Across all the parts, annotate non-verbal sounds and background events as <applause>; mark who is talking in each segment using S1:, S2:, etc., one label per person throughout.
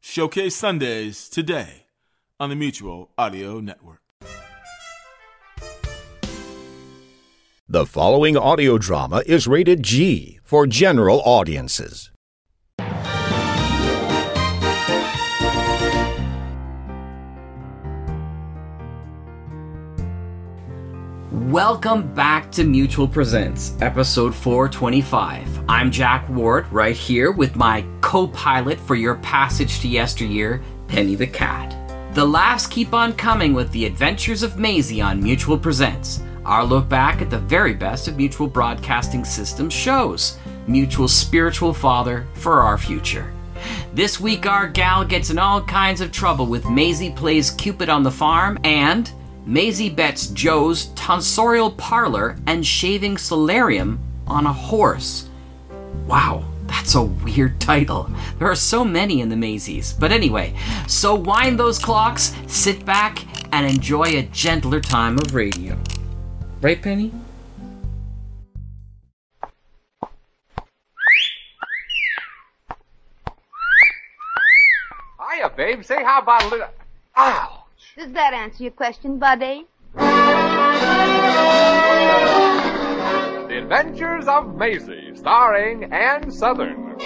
S1: Showcase Sundays today on the Mutual Audio Network.
S2: The following audio drama is rated G for general audiences.
S3: Welcome back to Mutual Presents, episode 425. I'm Jack Ward, right here with my co pilot for your passage to yesteryear, Penny the Cat. The laughs keep on coming with the adventures of Maisie on Mutual Presents, our look back at the very best of Mutual Broadcasting System shows, Mutual Spiritual Father for our future. This week, our gal gets in all kinds of trouble with Maisie Plays Cupid on the Farm and Maisie bets Joe's tonsorial parlor and shaving solarium on a horse. Wow, that's a weird title. There are so many in the Maisies. But anyway, so wind those clocks, sit back, and enjoy a gentler time of radio. Right, Penny?
S4: Hiya, babe. Say how about a little. Ow!
S5: Does that answer your question, Buddy?
S4: The Adventures of Maisie, starring Ann Southern.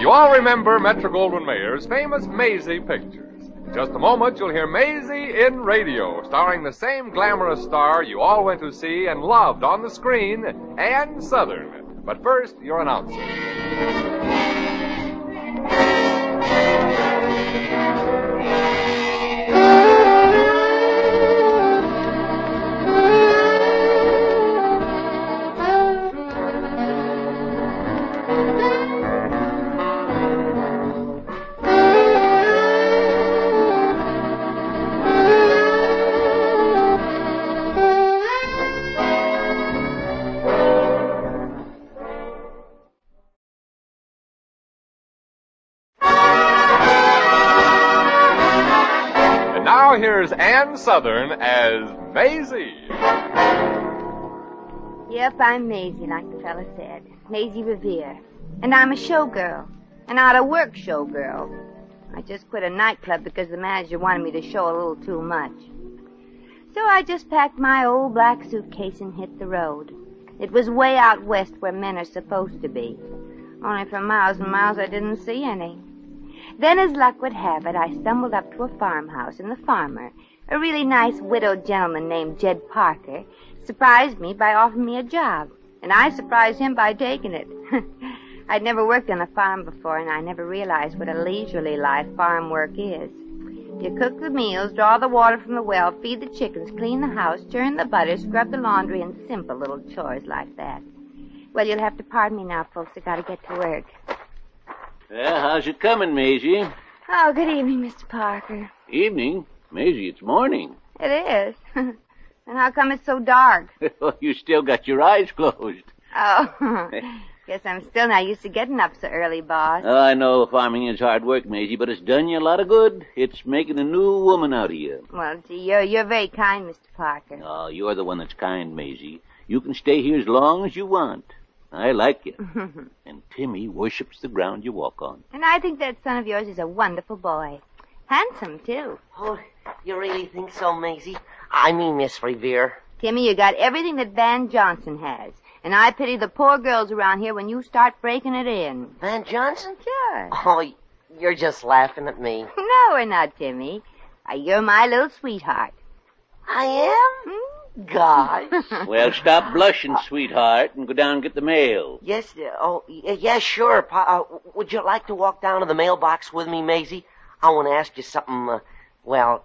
S4: You all remember Metro Goldwyn Mayer's famous Maisie pictures. In just a moment, you'll hear Maisie in Radio, starring the same glamorous star you all went to see and loved on the screen, Ann Southern. But first, your announcer. And now here's Ann Southern as Maisie.
S5: Yep, I'm Maisie, like the fella said. Maisie Revere. And I'm a showgirl. An out of work showgirl. I just quit a nightclub because the manager wanted me to show a little too much. So I just packed my old black suitcase and hit the road. It was way out west where men are supposed to be. Only for miles and miles I didn't see any. Then, as luck would have it, I stumbled up to a farmhouse, and the farmer, a really nice widowed gentleman named Jed Parker, surprised me by offering me a job, and I surprised him by taking it. <laughs> I'd never worked on a farm before, and I never realized what a leisurely life farm work is. You cook the meals, draw the water from the well, feed the chickens, clean the house, churn the butter, scrub the laundry, and simple little chores like that. Well, you'll have to pardon me now, folks. I gotta get to work.
S6: Well, how's it coming, Maisie?
S5: Oh, good evening, Mr. Parker.
S6: Evening? Maisie, it's morning. <laughs>
S5: It is. <laughs> and how come it's so dark?
S6: you still got your eyes closed.
S5: Oh, <laughs> guess I'm still not used to getting up so early, boss.
S6: Oh, I know farming is hard work, Maisie, but it's done you a lot of good. It's making a new woman out of you.
S5: Well, gee, you're, you're very kind, Mr. Parker.
S6: Oh, you're the one that's kind, Maisie. You can stay here as long as you want. I like you. and Timmy worships the ground you walk on.
S5: And I think that son of yours is a wonderful boy. Handsome, too.
S7: Oh, you really think so, Maisie? I mean, Miss Revere.
S5: Timmy, you got everything that Van Johnson has. And I pity the poor girls around here when you start breaking it in.
S7: Van Johnson?
S5: Sure.
S7: Oh, y- you're just laughing at me.
S5: <laughs> No, we're not, Timmy. Uh, You're my little sweetheart.
S7: I
S5: Hmm?
S7: am?
S5: <laughs>
S7: Gosh.
S6: well, stop blushing, sweetheart, and go down and get the mail.
S7: yes, uh, oh, y- yeah, sure. Pa, uh, w- would you like to walk down to the mailbox with me, Maisie? I want to ask you something, uh, well,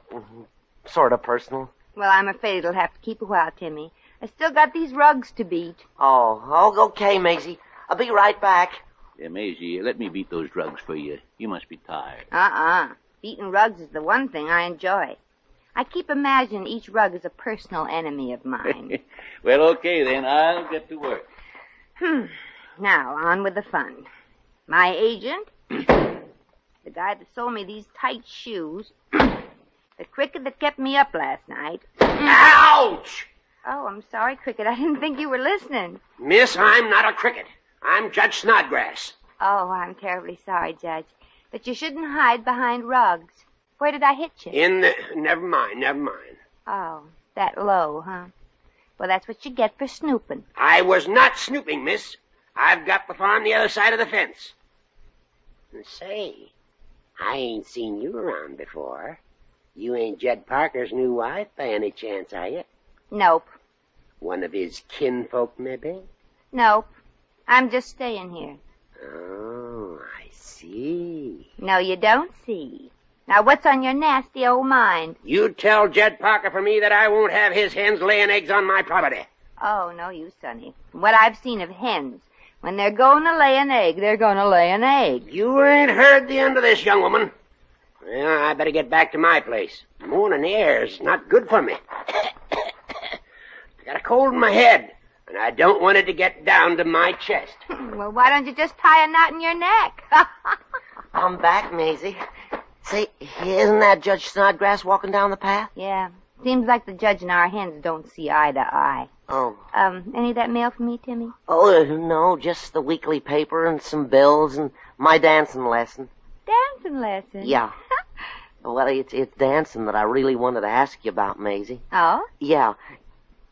S7: sort of personal.
S5: Well, I'm afraid it'll have to keep a while, Timmy. I still got these rugs to beat.
S7: Oh, oh, okay, Maisie. I'll be right back.
S6: Yeah, Maisie, let me beat those drugs for you. You must be tired.
S5: Uh-uh. Beating rugs is the one thing I enjoy. I keep imagining each rug is a personal enemy of
S7: <laughs>
S5: mine.
S6: well, okay, then. I'll get to work.
S5: Hmm. now, on with the fun. My agent, the guy that sold me these tight shoes, the cricket that kept me up last night.
S8: Ouch!
S5: Oh, I'm sorry, cricket. I didn't think you were listening.
S8: Miss, I'm not a cricket. I'm Judge Snodgrass.
S5: Oh, I'm terribly sorry, Judge. But you shouldn't hide behind rugs. Where did I hit you?
S8: In the. Never mind, never mind.
S5: Oh, that low, huh? Well, that's what you get for snooping.
S8: I was not snooping, miss. I've got the farm the other side of the fence. And Say, I ain't seen you around before. You ain't Jed Parker's new wife by any chance, are you?
S5: Nope.
S8: One of his kinfolk, maybe?
S5: Nope. I'm just staying here.
S8: Oh, I see.
S5: No, you don't see. Now, what's on your nasty old mind?
S8: You tell Jed Parker for me that I won't have his hens laying eggs on my property.
S5: Oh, no, you, Sonny. From what I've seen of hens, when they're going to lay an egg, they're going to lay an egg.
S8: You ain't heard the end of this, young woman. Well, I better get back to my place. Morning air's not good for me. <coughs> I got a cold in my head, and I don't want it to get down to my chest.
S5: <laughs> Well, why don't you just tie a knot in your neck? <laughs>
S7: I'm back, Maisie. Say, isn't that Judge Snodgrass walking down the path?
S5: yeah, seems like the judge and our hens don't see eye to eye.
S7: Oh.
S5: Um, any of that mail for me, Timmy?
S7: Oh, uh, no, just the weekly paper and some bills and my dancing lesson.
S5: Dancing lesson.
S7: Yeah. <laughs> Well, it's, it's dancing that I really wanted to ask you about, Maisie.
S5: Oh?
S7: Yeah.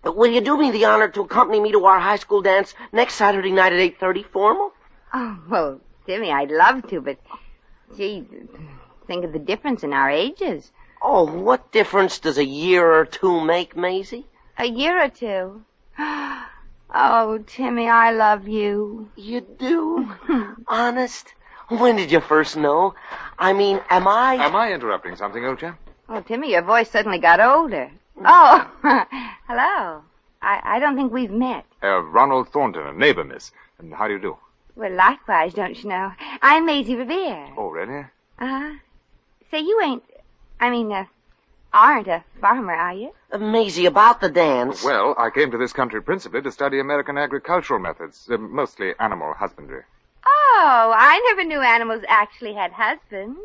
S7: But will you do me the honor to accompany me to our high school dance next Saturday night at 8.30 formal?
S5: Oh, well, Timmy, I'd love to, but gee, think of the difference in our ages.
S7: Oh, what difference does a year or two make, Maisie?
S5: A year or two. <gasps> Oh, Timmy, I love you.
S7: You
S5: <laughs>
S7: do? Honest? When did you first know? I mean, am I?
S9: Am I interrupting something, old chap?
S5: Oh, Timmy, your voice suddenly got older.
S7: Mm.
S5: Oh, <laughs> hello. I, I don't think we've met.
S9: Uh, Ronald Thornton, a neighbor, miss. And how do you do?
S5: Well, likewise, don't you know? I'm Maisie
S7: Mm.
S5: Revere.
S9: Oh, really?
S5: Uh-huh. Say, you ain't, I mean, uh, aren't a farmer, are you?
S7: Uh, Maisie, about the dance.
S9: Well, I came to this country principally to study American agricultural methods, uh, mostly animal husbandry.
S5: Oh, I never knew animals actually had husbands.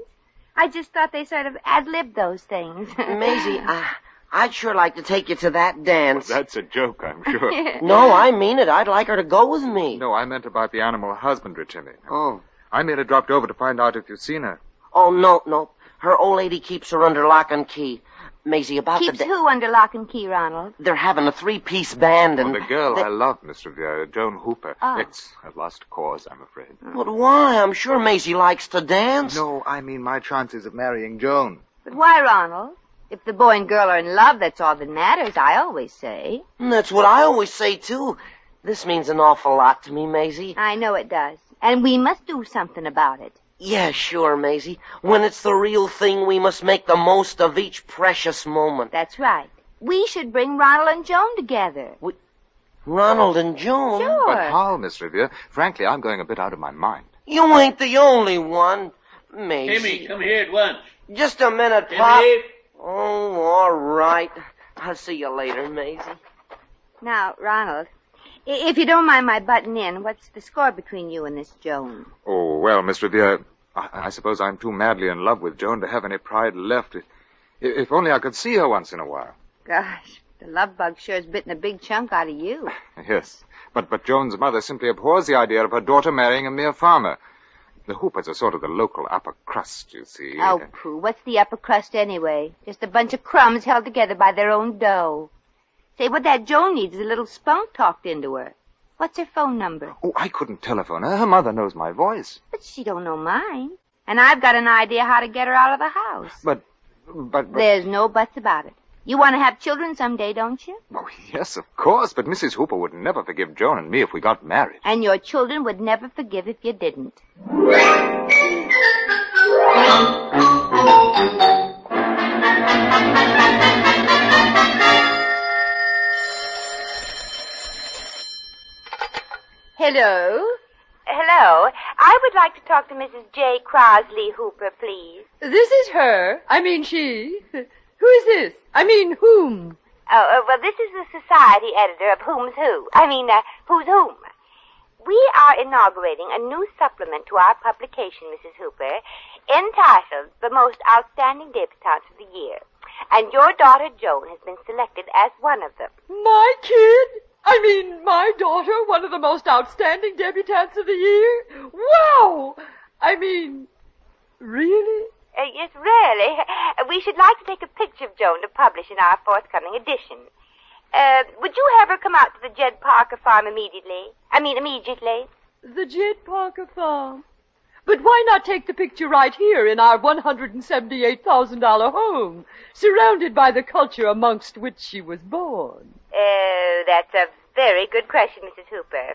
S5: I just thought they sort of ad-libbed those things. <laughs>
S7: Maisie,
S5: uh,
S7: I, I'd sure like to take you to that dance.
S9: <laughs> That's a joke, I'm sure.
S5: <laughs>
S7: No, I mean it. I'd like her to go with me.
S9: no, I meant about the animal husbandry, Timmy.
S7: Oh.
S9: I merely dropped over to find out if you've seen her.
S7: Oh, no, no. Her old lady keeps her under lock and key. Maisie, about
S5: Keeps
S7: the da-
S5: who under lock and key, Ronald?
S7: They're having a three-piece band
S9: Well,
S7: and...
S9: Oh, the girl
S7: they-
S9: I love, Miss Revere, Joan Hooper.
S7: Ah.
S5: Oh.
S9: It's a lost cause, I'm afraid.
S7: But why? I'm sure Maisie likes to dance.
S9: No, I mean my chances of marrying Joan.
S5: But why, Ronald? If the boy and girl are in love, that's all that matters, I always say.
S7: And That's what I always say, too. This means an awful lot to me, Maisie.
S5: I know it does. And we must do something about it.
S7: Yeah, sure, Maisie. When it's the real thing, we must make the most of each precious moment.
S5: That's right. We should bring Ronald and Joan together.
S7: Ronald and Joan.
S5: Sure.
S9: But how, Miss Revere? Frankly, I'm going a bit out of my mind.
S7: You ain't the only one. Maisie.
S6: Timmy, come here at once.
S7: Just a minute, Pop.
S6: Timmy,
S7: Oh, all right. I'll see you later, Maisie.
S5: Now, Ronald, i- if you don't mind my butting in, what's the score between you and this Joan?
S9: Oh, well, Miss Revere, I, I suppose I'm too madly in love with Joan to have any pride left. If, if only I could see her once in a while.
S5: Gosh, the love bug sure has bitten a big chunk out of you.
S9: Yes, but but Joan's mother simply abhors the idea of her daughter marrying a mere farmer. The Hoopers are sort of the local upper crust, you see.
S5: Oh, pooh, what's the upper crust anyway? Just a bunch of crumbs held together by their own dough. Say, what that Joan needs is a little spunk talked into her. What's her phone number?
S9: Oh, I couldn't telephone her. Her mother knows my voice.
S5: But she don't know mine. And I've got an idea how to get her out of the house.
S9: But, but, but
S5: There's no buts about it. You want to have children someday, don't you?
S9: oh, yes, of course. But Mrs. Hooper would never forgive Joan and me if we got married.
S5: And your children would never forgive if you didn't. Hello?
S10: Hello. I would like to talk to Mrs. J. Crosley Hooper, please.
S11: This is her. I mean, she. Who is this? I mean, whom?
S10: Oh, uh, well, this is the society editor of Whom's Who. I mean, uh, Who's Whom. We are inaugurating a new supplement to our publication, Mrs. Hooper, entitled The Most Outstanding Debutantes of the Year. And your daughter Joan has been selected as one of them.
S11: My kid? I mean, my daughter, one of the most outstanding debutantes of the year? Wow! I mean, really?
S12: Uh, yes, really. Uh, We should like to take a picture of Joan to publish in our forthcoming edition. Uh, would you have her come out to the Jed Parker farm immediately? I mean, immediately.
S11: The Jed Parker farm. But why not take the picture right here in our $178,000 home, surrounded by the culture amongst which she was born?
S12: Oh, that's a very good question, Mrs. Hooper.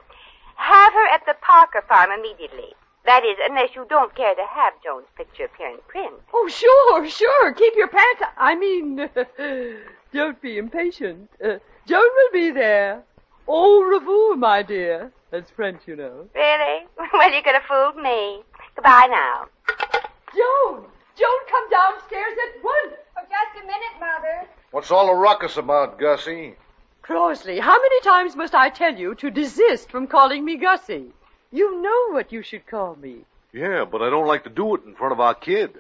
S12: Have her at the Parker farm immediately. That is, unless you don't care to have Joan's picture appear in print.
S11: Oh, sure, sure. Keep your pants. I mean, <laughs> don't be impatient. Uh, Joan will be there. Au revoir, my dear. That's French, you know.
S12: Really? <laughs> Well, you could have fooled me. Goodbye now.
S11: Joan! Joan, come downstairs at once.
S13: Oh, just a minute, Mother.
S14: What's all the ruckus about, Gussie?
S11: Crosley, how many times must I tell you to desist from calling me Gussie? You know what you should call me.
S14: Yeah, but I don't like to do it in front of our kid.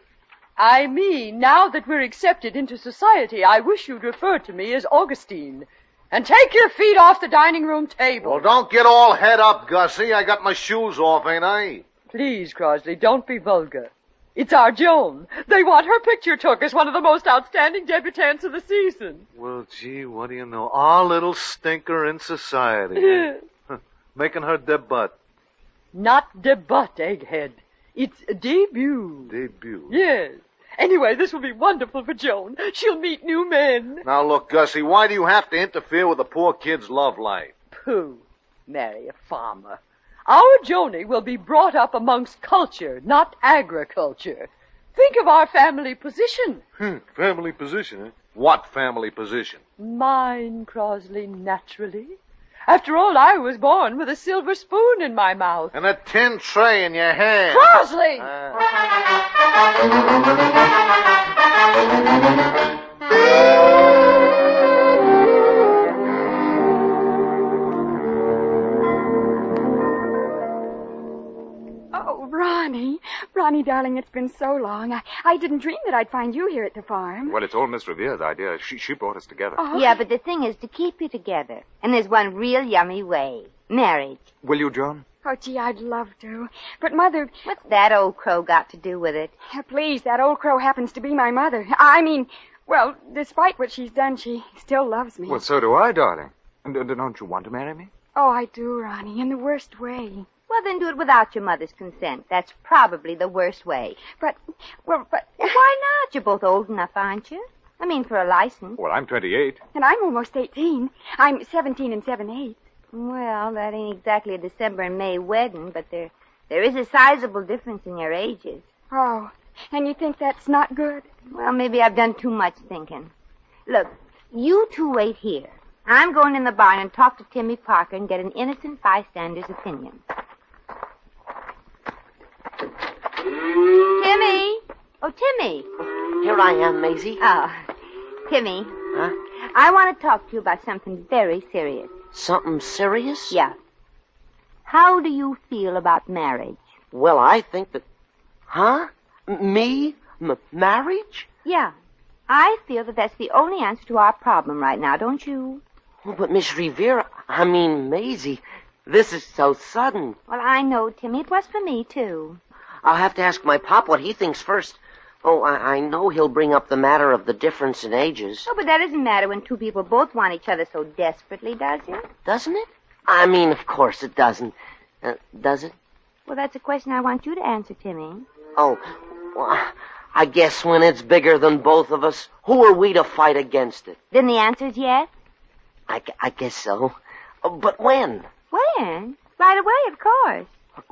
S11: I mean, now that we're accepted into society, I wish you'd refer to me as Augustine. And take your feet off the dining room table.
S14: Well, don't get all head up, Gussie. I got my shoes off, ain't I?
S11: Please, Crosley, don't be vulgar. It's our Joan. They want her picture took as one of the most outstanding debutantes of the season.
S14: Well, gee, what do you know? Our little stinker in society. eh?
S11: <laughs>
S14: Making her debut.
S11: Not debut, egghead. It's a debut.
S14: Debut.
S11: Yes. Anyway, this will be wonderful for Joan. She'll meet new men.
S14: Now, look, Gussie, why do you have to interfere with a poor kid's love life?
S11: Pooh. Marry a farmer. Our Joanie will be brought up amongst culture, not agriculture. Think of our family position.
S14: Hmm, family position, eh? What family position?
S11: Mine, Crosley, naturally. After all, I was born with a silver spoon in my mouth.
S14: And a tin tray in your hand.
S11: Crosley!
S13: Oh, Ronnie. Ronnie, darling, it's been so long. I, I didn't dream that I'd find you here at the farm.
S15: Well, it's all Miss Revere's idea. She, she brought us together.
S13: Uh-huh.
S5: Yeah, but the thing is to keep you together. And there's one real yummy way. Marriage.
S15: Will you, Joan?
S13: Oh, gee, I'd love to. But, Mother.
S5: What's that old crow got to do with it?
S13: Please, that old crow happens to be my mother. I mean, well, despite what she's done, she still loves me.
S15: Well, so do I, darling. And, and don't you want to marry me?
S13: Oh, I do, Ronnie, in the worst way.
S5: Well, then do it without your mother's consent. That's probably the worst way.
S13: But, well, but.
S5: Why not? You're both old enough, aren't you? I mean, for a license.
S15: Well, I'm
S16: <laughs>
S15: 28.
S13: And I'm almost 18. I'm 17 and 7 eighths.
S5: Well, that ain't exactly a December and May wedding, but there, there is a sizable difference in your ages.
S13: Oh, and you think that's not good?
S5: Well, maybe I've done too much thinking. Look, you two wait here. I'm going in the barn and talk to Timmy Parker and get an innocent bystander's opinion. Timmy! Oh, Timmy!
S7: Here I am, Maisie.
S5: Oh, Timmy,
S7: Huh?
S5: I want to talk to you about something very serious.
S7: Something serious?
S5: Yeah. How do you feel about marriage?
S7: Well, I think that. Huh? M- me? M- marriage?
S5: Yeah. I feel that that's the only answer to our problem right now, don't you?
S7: Oh, but Miss Revere, I mean Maisie, this is so sudden.
S5: Well, I know, Timmy. It was for me, too.
S7: I'll have to ask my pop what he thinks first. Oh, I, I know he'll bring up the matter of the difference in ages,
S5: Oh, but that doesn't matter when two people both want each other so desperately, does it?
S7: doesn't it? I mean, of course it doesn't. Uh, does it?
S5: Well, that's a question I want you to answer, Timmy.
S7: Oh, well, I guess when it's bigger than both of us, who are we to fight against it?
S5: Then the answer is yes?
S7: I, gu- I guess so. Uh, But when?
S5: When? Right away, of course.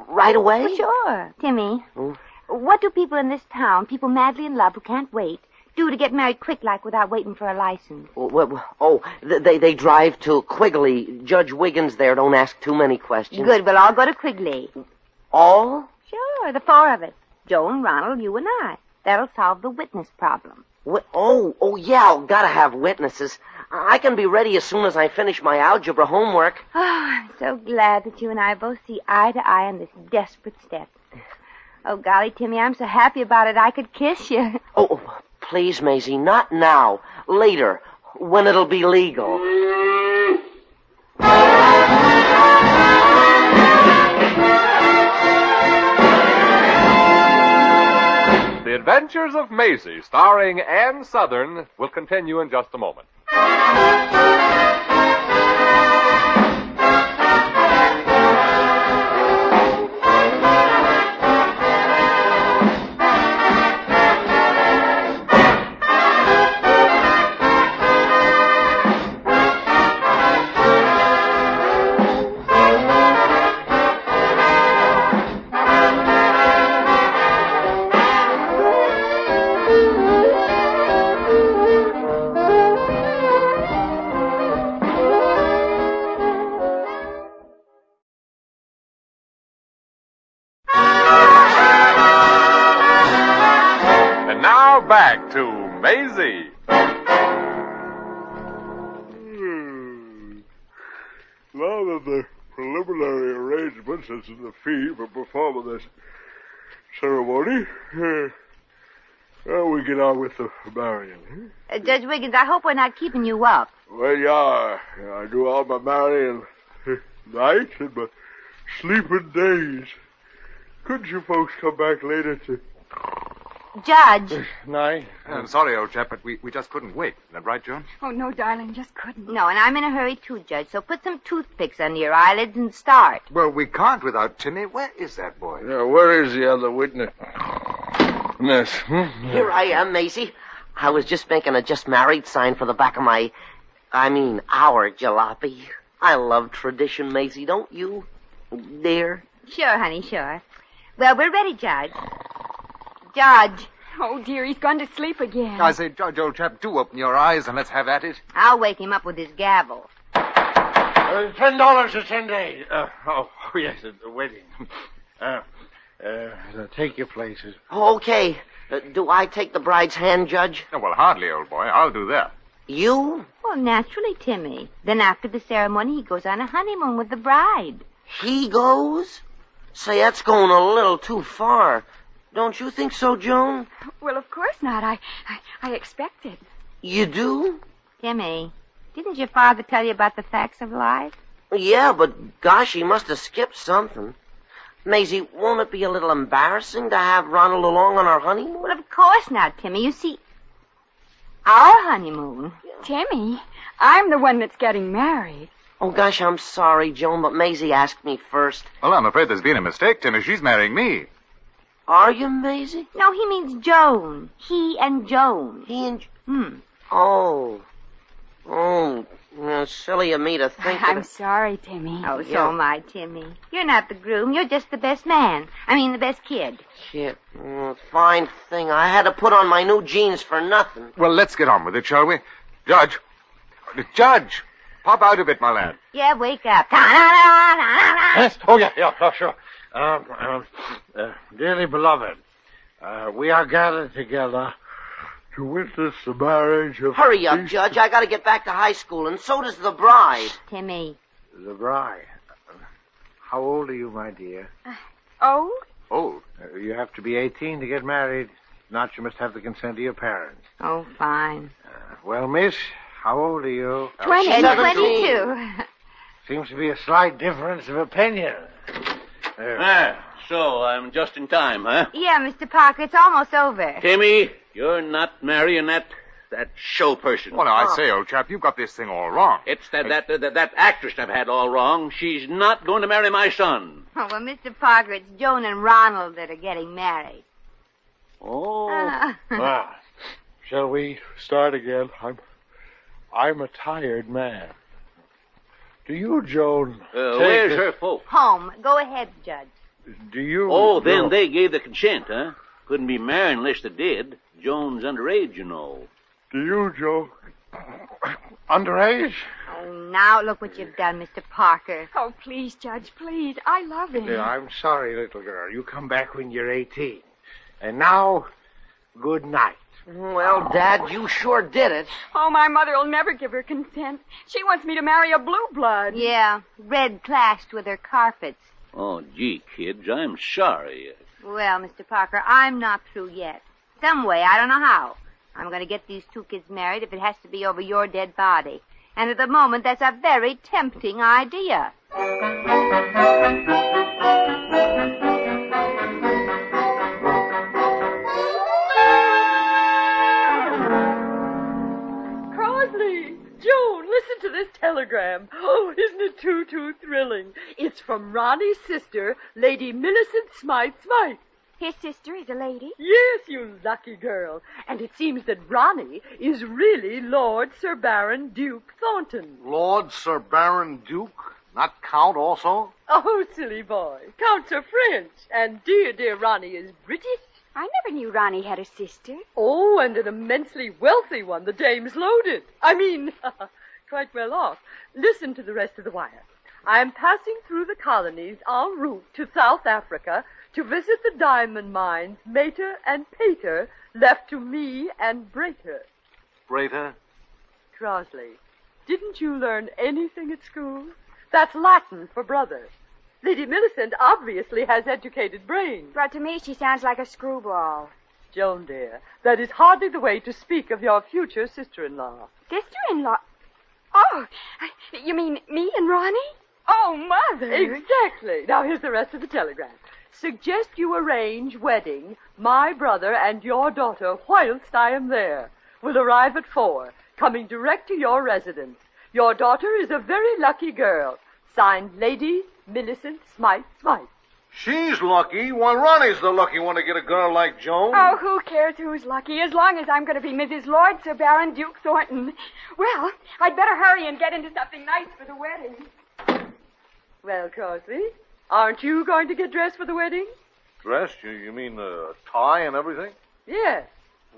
S7: Right away?
S5: Well, sure. Timmy,
S7: Hmm?
S5: what do people in this town, people madly in love who can't wait, do to get married quick like without waiting for a license?
S7: Well, well, well, Oh, th- they they drive to Quigley. Judge Wiggins there. Don't ask too many questions.
S5: Good, we'll all go to Quigley.
S7: All?
S5: Sure, the four of us. Joan, Ronald, you and I. That'll solve the witness problem.
S7: Wi- oh, oh yeah. oh, Gotta have witnesses. I I can be ready as soon as I finish my algebra homework.
S5: Oh, I'm so glad that you and I both see eye to eye on this desperate step. Oh, golly, Timmy, I'm so happy about it I could kiss you.
S7: Oh, oh, please, Maisie, not now. Later, when it'll be legal.
S4: The Adventures of Maisie, starring Ann Southern, will continue in just a moment. And now back to Maisie.
S16: Now that the preliminary arrangements as to the fee for performing this ceremony, uh, well, we get on with the marrying. huh?
S5: Uh, Judge Wiggins, I hope we're not keeping you up.
S16: Well, yeah, I do all my marrying uh, nights and my sleeping days. Couldn't you folks come back later to
S5: Judge.
S16: night?
S15: I'm Uh, sorry, old chap, but we, we just couldn't wait. Isn't that right, Joan?
S5: Oh, no, darling, just couldn't. No, and I'm in a hurry too, Judge, so put some toothpicks under your eyelids and start.
S15: Well, we can't without Timmy. Where is that boy?
S16: Yeah, where is the other witness? Miss, hmm?
S7: Here I am, Maisie. I was just making a just married sign for the back of my, I mean, our jalopy. I love tradition, Maisie, don't you? Dear.
S5: Sure, honey, sure. Well, we're ready, Judge. Judge.
S13: Oh, dear, he's gone to sleep again.
S15: I say, Judge, old chap, do open your eyes and let's have at it.
S5: I'll wake him up with his gavel.
S17: Uh, ten dollars for ten days. Uh, oh, <laughs> yes, at the wedding. <laughs> Uh, uh, take your places.
S7: Okay. Uh, do I take the bride's hand, Judge?
S15: well, hardly, old boy. I'll do that.
S7: You?
S5: Well, naturally, Timmy. Then after the ceremony, he goes on a honeymoon with the bride.
S7: He goes? Say, that's going a little too far. Don't you think so, Joan?
S13: Well, of course not. I, I, I expected.
S7: You do?
S5: Timmy, didn't your father tell you about the facts of life?
S7: Yeah, but gosh, he must have skipped something. Maisie, won't it be a little embarrassing to have Ronald along on our honeymoon?
S5: Well, of course not, Timmy. You see, our honeymoon.
S13: Timmy, I'm the one that's getting married.
S7: Oh, gosh, I'm sorry, Joan, but Maisie asked me first.
S15: Well, I'm afraid there's been a mistake, Timmy. She's marrying me.
S7: Are you, Maisie?
S5: No, he means Joan. He and Joan.
S7: He and.
S5: Hmm.
S7: Oh. Oh, well, silly of me to think
S5: I'm
S7: that.
S5: sorry, Timmy. Oh,
S7: Yeah.
S5: so am I, Timmy. You're not the groom. You're just the best man. I mean, the best kid.
S7: Shit. Mm, fine thing. I had to put on my new jeans for nothing.
S15: Well, let's get on with it, shall we? Judge. Judge. Pop out a bit, my lad.
S5: Yeah, wake up. Ta-da-da-da-da-da.
S17: Yes? Oh, yeah, yeah, oh, sure. Um, um, uh, dearly beloved, uh, we are gathered together
S16: to witness the marriage of
S7: Hurry up, Judge. I gotta get back to high school, and so does the bride.
S5: Timmy.
S17: the bride. How old are you, my dear?
S13: Oh?
S17: Old. Uh, you have to be 18 to get married. If Not, you must have the consent of your parents.
S5: Oh, fine.
S17: Well, miss, how old are you?
S7: Oh,
S13: Twenty.
S17: Uh,
S5: <laughs> Twenty-two.
S17: Seems to be a slight difference of opinion. There.
S6: Ah, so I'm just in time, huh?
S5: Yeah, Mr. Parker, it's almost over.
S6: Timmy, you're not marrying that that show person.
S15: Well, now, I say, old chap, you've got this thing all wrong.
S6: It's that that, that that actress I've had all wrong. She's not going to marry my son.
S5: Oh, <laughs> well, Mr. Parker, it's Joan and Ronald that are getting married.
S13: <laughs>
S6: Oh.
S5: Ah.
S16: Wow. Shall we start again? I'm I'm a tired man. Do you, Joan?
S6: Uh,
S16: take
S6: where's
S16: a-
S6: her folks?
S5: Home. Go ahead, Judge.
S16: Do you?
S6: Oh,
S16: Joan-
S6: then they gave the consent, huh? Couldn't be married unless they did. Joan's underage, you know.
S16: Do you, Joan? Underage?
S5: Oh, now look what you've done, Mr. Parker.
S13: Oh, please, Judge, please. I love him.
S17: Yeah, I'm sorry, little girl. You come back when you're 18. And now, good night.
S7: Well, Dad, you sure did it.
S13: Oh, my mother will never give her consent. She wants me to marry a blue blood.
S5: Yeah, red clashed with her carpets.
S6: Oh, gee, kids, I'm sorry.
S5: Well, Mr. Parker, I'm not through yet. Some way, I don't know how. I'm going to get these two kids married if it has to be over your dead body. And at the moment, that's a very tempting idea.
S11: telegram. Oh, isn't it too, too thrilling? It's from Ronnie's sister, Lady Millicent Smythe Smythe.
S13: His sister is a lady?
S11: Yes, you lucky girl. And it seems that Ronnie is really Lord Sir Baron Duke Thornton.
S14: Lord Sir Baron Duke, not Count also?
S11: Oh, silly boy. Counts are French, and dear, dear Ronnie is British.
S13: I never knew Ronnie had a sister.
S11: Oh, and an immensely wealthy one. The dame's loaded. I mean, <laughs> quite well off. Listen to the rest of the wire. I am passing through the colonies en route to South Africa to visit the diamond mines Mater and Pater left to me and Brater.
S14: Breda?
S11: Crosley, didn't you learn anything at school? That's Latin for brother. Lady Millicent obviously has educated brains.
S13: But to me, she sounds like a screwball.
S11: Joan, dear, that is hardly the way to speak of your future sister-in-law.
S13: Sister-in-law? Oh, you mean me and Ronnie? Oh, Mother.
S11: Exactly. Now here's the rest of the telegram. Suggest you arrange wedding, my brother and your daughter, whilst I am there. Will arrive at four, coming direct to your residence. Your daughter is a very lucky girl. Signed, Lady Millicent Smythe Smythe.
S14: She's lucky. Why, Ronnie's the lucky one to get a girl like Joan.
S13: Oh, who cares who's lucky, as long as I'm going to be Mrs. Lord Sir Baron Duke Thornton. Well, I'd better hurry and get into something nice for the wedding.
S11: Well, Crosby, aren't you going to get dressed for the wedding?
S14: Dressed? You, you mean uh, tie and everything?
S11: Yes.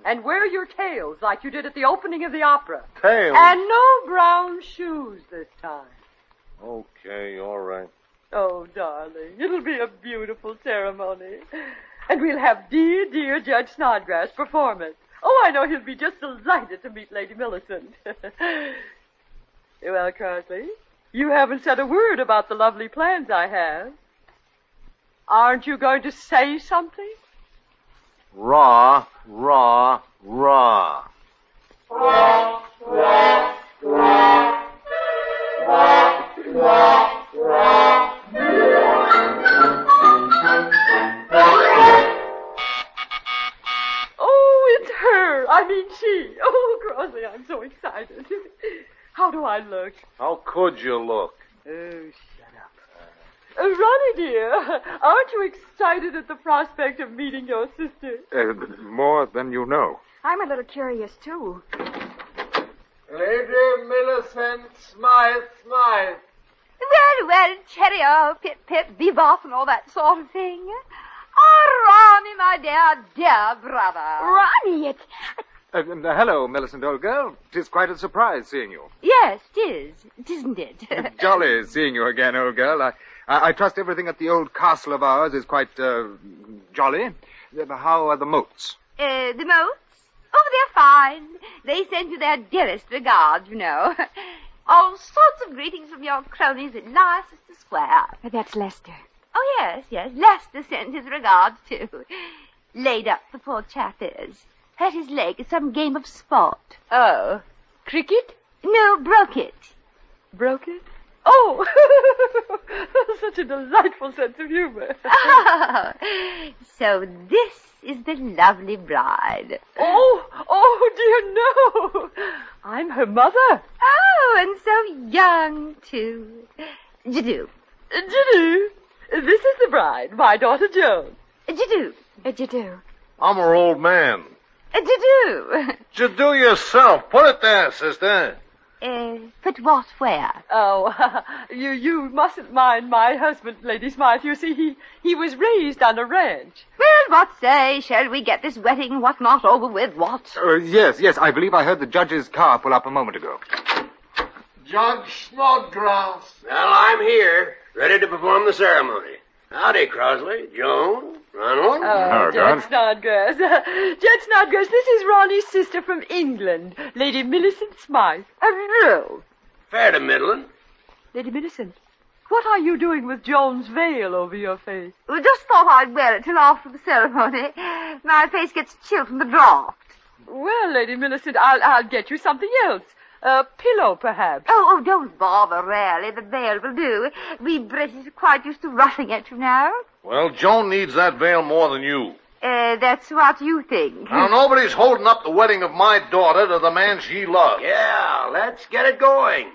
S11: And wear your tails like you did at the opening of the opera.
S14: Tails?
S11: And no brown shoes this time.
S14: Okay, all right.
S11: Oh, darling, it'll be a beautiful ceremony. And we'll have dear, dear Judge Snodgrass perform it. Oh, I know he'll be just delighted to meet Lady Millicent. <laughs> well, Crosby, you haven't said a word about the lovely plans I have. Aren't you going to say something?
S14: Raw, raw, raw.
S11: Oh, it's her. I mean, she. Oh, Crosby, I'm so excited. <laughs> How do I look?
S14: How could you look?
S11: Oh, shut up. Uh, Ronnie, dear, aren't you excited at the prospect of meeting your sister? <laughs>
S15: Uh, more than you know.
S13: I'm a little curious, too.
S9: Lady Millicent Smythe Smythe.
S5: Well, well, cheerio, oh, pip, pip, be off and all that sort of thing. Oh, Ronnie, my dear, dear brother.
S13: Ronnie, it's.
S9: Uh, and, uh, hello, Millicent, old girl. Tis quite a surprise seeing you.
S5: Yes, tis, tisn't it?
S9: <laughs> Jolly seeing you again, old girl. I, I, I trust everything at the old castle of ours is quite uh, jolly. Uh, How are the moats?
S5: <laughs> Uh, the moats? Oh, they're fine. They send you their dearest regards, you know. <laughs> All sorts of greetings from your cronies at Leicester Square.
S13: Uh, That's Lester.
S5: Oh, yes, yes. Lester sends his regards, too. Laid up, the poor chap is. Hurt his leg at some game of sport.
S11: Oh. Cricket?
S5: No, broke it.
S11: Broke it? <laughs> Oh! Such a delightful sense of humor.
S5: Oh, so this is the lovely bride.
S11: Oh, oh dear no! I'm her mother.
S5: Oh, and so young, too. Jadoo.
S11: Uh, Jiddu, this is the bride, my daughter Joan. Uh,
S5: Jadoo.
S13: Jadoo.
S14: I'm her old man.
S5: Uh, Jadoo.
S14: You do yourself. Put it there, sister.
S5: Uh, but what where?
S11: Oh, <laughs> you you mustn't mind my husband, Lady Smythe. You see, he he was raised on a ranch.
S5: Well, what say? Shall we get this wedding, what not, over with? What?
S9: Uh, yes, yes, I believe I heard the judge's car pull up a moment ago. Judge Snodgrass.
S8: Well, I'm here, ready to perform the ceremony. Howdy, Crosley, Joan, Ronald.
S11: Oh,
S9: Oh,
S11: Judge
S9: God.
S11: Snodgrass. <laughs> Judge Snodgrass, this is Ronnie's sister from England, Lady Millicent Smythe. Oh, Hello.
S8: Fair to middling.
S11: Lady Millicent, what are you doing with Joan's veil over your face?
S5: Well, just thought I'd wear it till after the ceremony. My face gets chilled from the draft.
S11: Well, Lady Millicent, I'll, I'll get you something else. A pillow, perhaps.
S5: Oh, oh, don't bother, really. The veil will do. We British are quite used to rushing it, you know.
S14: Well, Joan needs that veil more than you.
S5: Uh, that's what you think.
S13: Hmm.
S14: Now, nobody's holding up the wedding of my daughter to the man she loves.
S8: Yeah, let's get it going.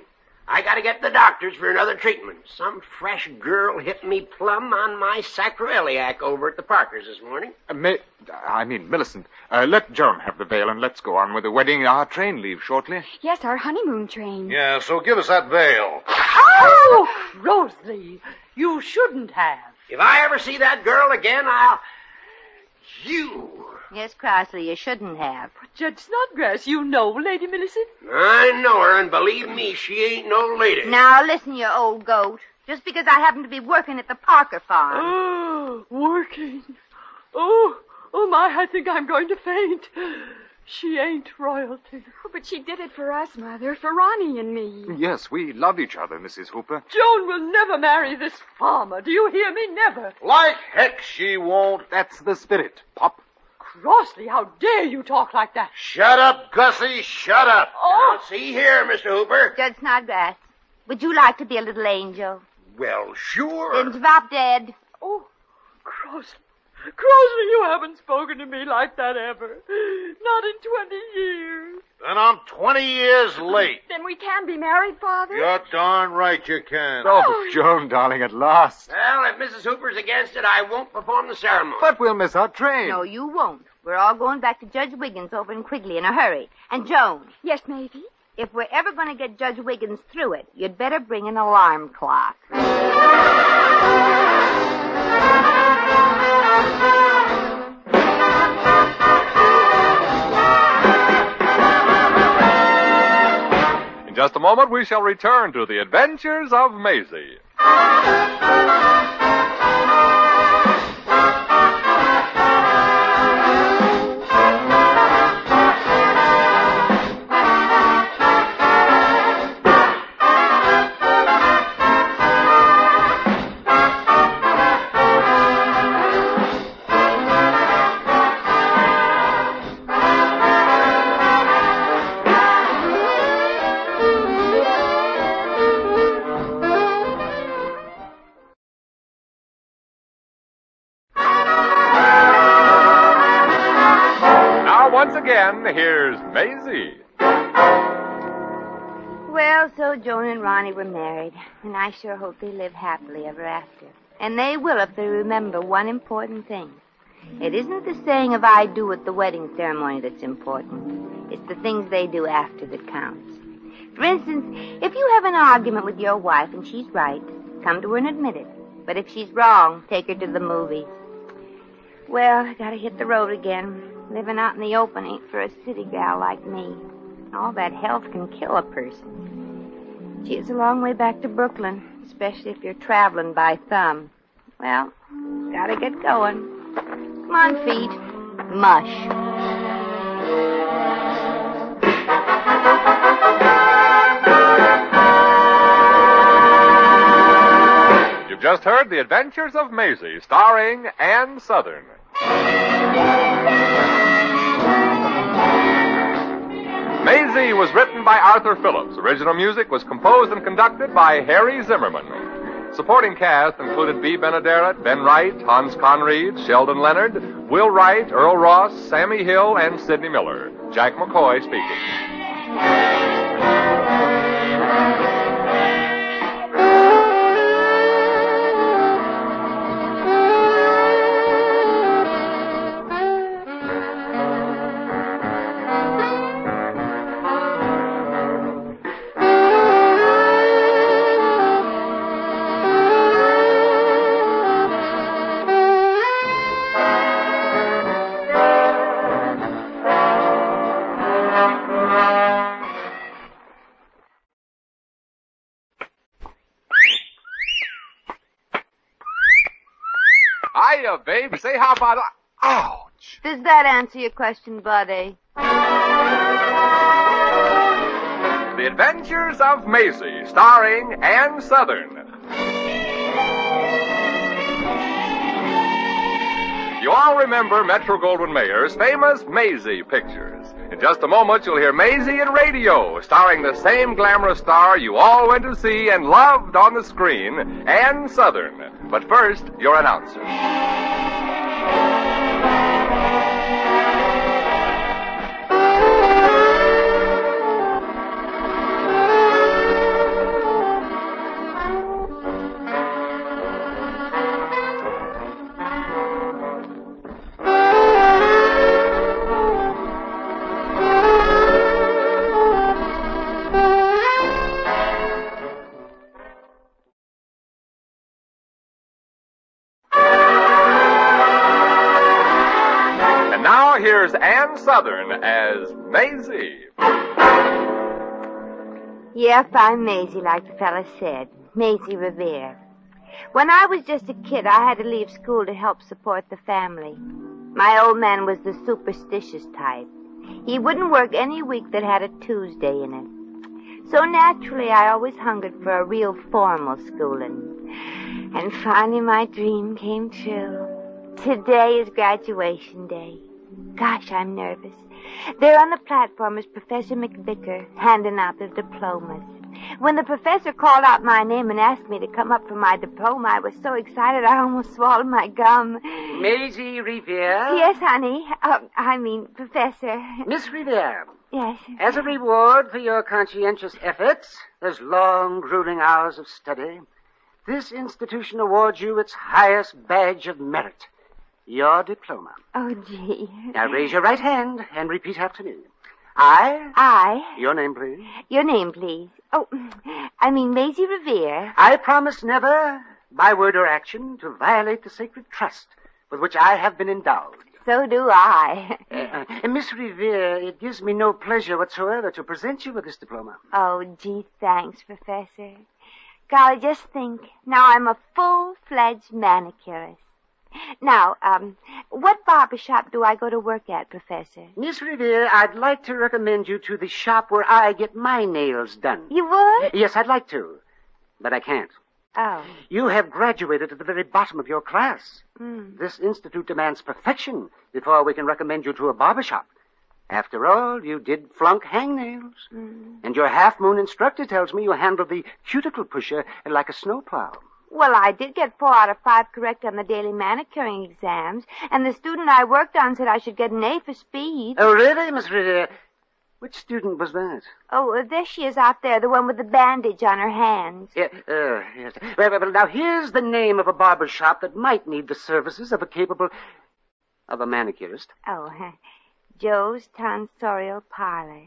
S8: I gotta get to the doctor's for another treatment. Some fresh girl hit me plumb on my sacroiliac over at the Parker's this morning.
S9: Uh, May, I mean, Millicent, uh, let Joan have the veil and let's go on with the wedding. Our train leaves shortly.
S13: Yes, our honeymoon train.
S9: Yeah, so give us that veil.
S11: Oh, Rosalie, you shouldn't have.
S8: If I ever see that girl again, I'll. You!
S5: Yes, Crossley, you shouldn't have.
S11: Judge Snodgrass, you know Lady Millicent.
S8: I know her, and believe me, she ain't no lady.
S5: Now listen, you old goat. Just because I happen to be working at the Parker farm.
S11: Oh, working. Oh, oh my, I think I'm going to faint. She ain't royalty.
S13: Oh, but she did it for us, Mother, for Ronnie and me.
S9: Yes, we love each other, Mrs. Hooper.
S11: Joan will never marry this farmer. Do you hear me? Never.
S9: Like heck she won't. That's the spirit, Pop.
S11: Crossley, how dare you talk like that?
S15: Shut up, Gussie, shut up.
S11: Oh.
S8: see here, Mr. Hooper.
S5: Judge Snodgrass, would you like to be a little angel?
S8: Well, sure.
S5: Then drop dead.
S11: Oh, Crossley. Crossley, you haven't spoken to me like that ever. Not in 20 years.
S15: Then I'm 20 years late.
S13: Then we can be married, Father?
S15: You're darn right you can.
S9: Oh, Joan, darling, at last.
S8: Well, if Mrs. Hooper's against it, I won't perform the ceremony.
S9: But we'll miss our train.
S5: No, you won't. We're all going back to Judge Wiggins over in Quigley in a hurry. And Joan.
S13: Yes, Maisie?
S5: If we're ever going to get Judge Wiggins through it, you'd better bring an alarm clock.
S4: In just a moment, we shall return to the adventures of Maisie. Now, once again, here's Maisie.
S5: Well, so Joan and Ronnie were married, and I sure hope they live happily ever after. And they will if they remember one important thing. It isn't the saying of I do at the wedding ceremony that's important. It's the things they do after that counts. For instance, if you have an argument with your wife and she's right, come to her and admit it. But if she's wrong, take her to the movies. Well, I gotta hit the road again. Living out in the open ain't for a city gal like me. All that health can kill a person. Gee, it's a long way back to Brooklyn, especially if you're traveling by thumb. Well, gotta get going. Come on, feet. Mush.
S4: You've just heard The Adventures of Maisie, starring Ann Southern. Maisie was written by Arthur Phillips. Original music was composed and conducted by Harry Zimmerman. Supporting cast included B. Benaderet, Ben Wright, Hans Conried, Sheldon Leonard, Will Wright, Earl Ross, Sammy Hill, and Sidney Miller. Jack McCoy speaking. Hiya, babe. Say how about. Ow!
S5: Does that answer your question, buddy?
S4: The Adventures of Maisie, starring Ann Southern. You all remember Metro Goldwyn Mayer's famous Maisie pictures. In just a moment, you'll hear Maisie in radio, starring the same glamorous star you all went to see and loved on the screen, Ann Southern. But first, your announcer. here's Ann Southern as Maisie.
S5: Yep, I'm Maisie, like the fella said. Maisie Revere. When I was just a kid, I had to leave school to help support the family. My old man was the superstitious type. He wouldn't work any week that had a Tuesday in it. So naturally, I always hungered for a real formal schooling. And finally, my dream came true. Today is graduation day. Gosh, I'm nervous. There on the platform is Professor McVicker handing out the diplomas. When the professor called out my name and asked me to come up for my diploma, I was so excited I almost swallowed my gum.
S18: Maisie Revere?
S5: Yes, honey. Uh, I mean, Professor.
S18: Um, Miss Revere,
S5: Yes.
S18: as a reward for your conscientious efforts, those long, grueling hours of study, this institution awards you its highest badge of merit, your diploma.
S5: Oh, gee.
S18: Now raise your right hand and repeat after me. I,
S5: I,
S18: your name please,
S5: your name, please. Oh, I mean, Maisie Revere.
S18: I promise never, by word or action, to violate the sacred trust with which I have been endowed.
S5: So do I.
S18: Uh, uh, Miss Revere, it gives me no pleasure whatsoever to present you with this diploma.
S5: Oh, gee, thanks, Professor. Golly, just think. Now I'm a full-fledged manicurist. Now, um, what barber shop do I go to work at, Professor?
S18: Miss Revere, I'd like to recommend you to the shop where I get my nails done.
S5: You would?
S18: Yes, I'd like to, but I can't.
S5: Oh.
S18: You have graduated at the very bottom of your class.
S5: Mm.
S18: This institute demands perfection before we can recommend you to a barber shop. After all, you did flunk hangnails. And your half moon instructor tells me you handled the cuticle pusher like a snowplow.
S5: Well, I did get four out of five correct on the daily manicuring exams, and the student I worked on said I should get an A for speed.
S18: Oh, really, Miss Revere? Which student was that?
S5: Oh, uh, there she is out there, the one with the bandage on her hands.
S18: Yeah, uh, yes. Well, well, well, now here's the name of a barber shop that might need the services of a capable, of a manicurist.
S5: Oh, <laughs> huh. Joe's Tonsorial Parlor.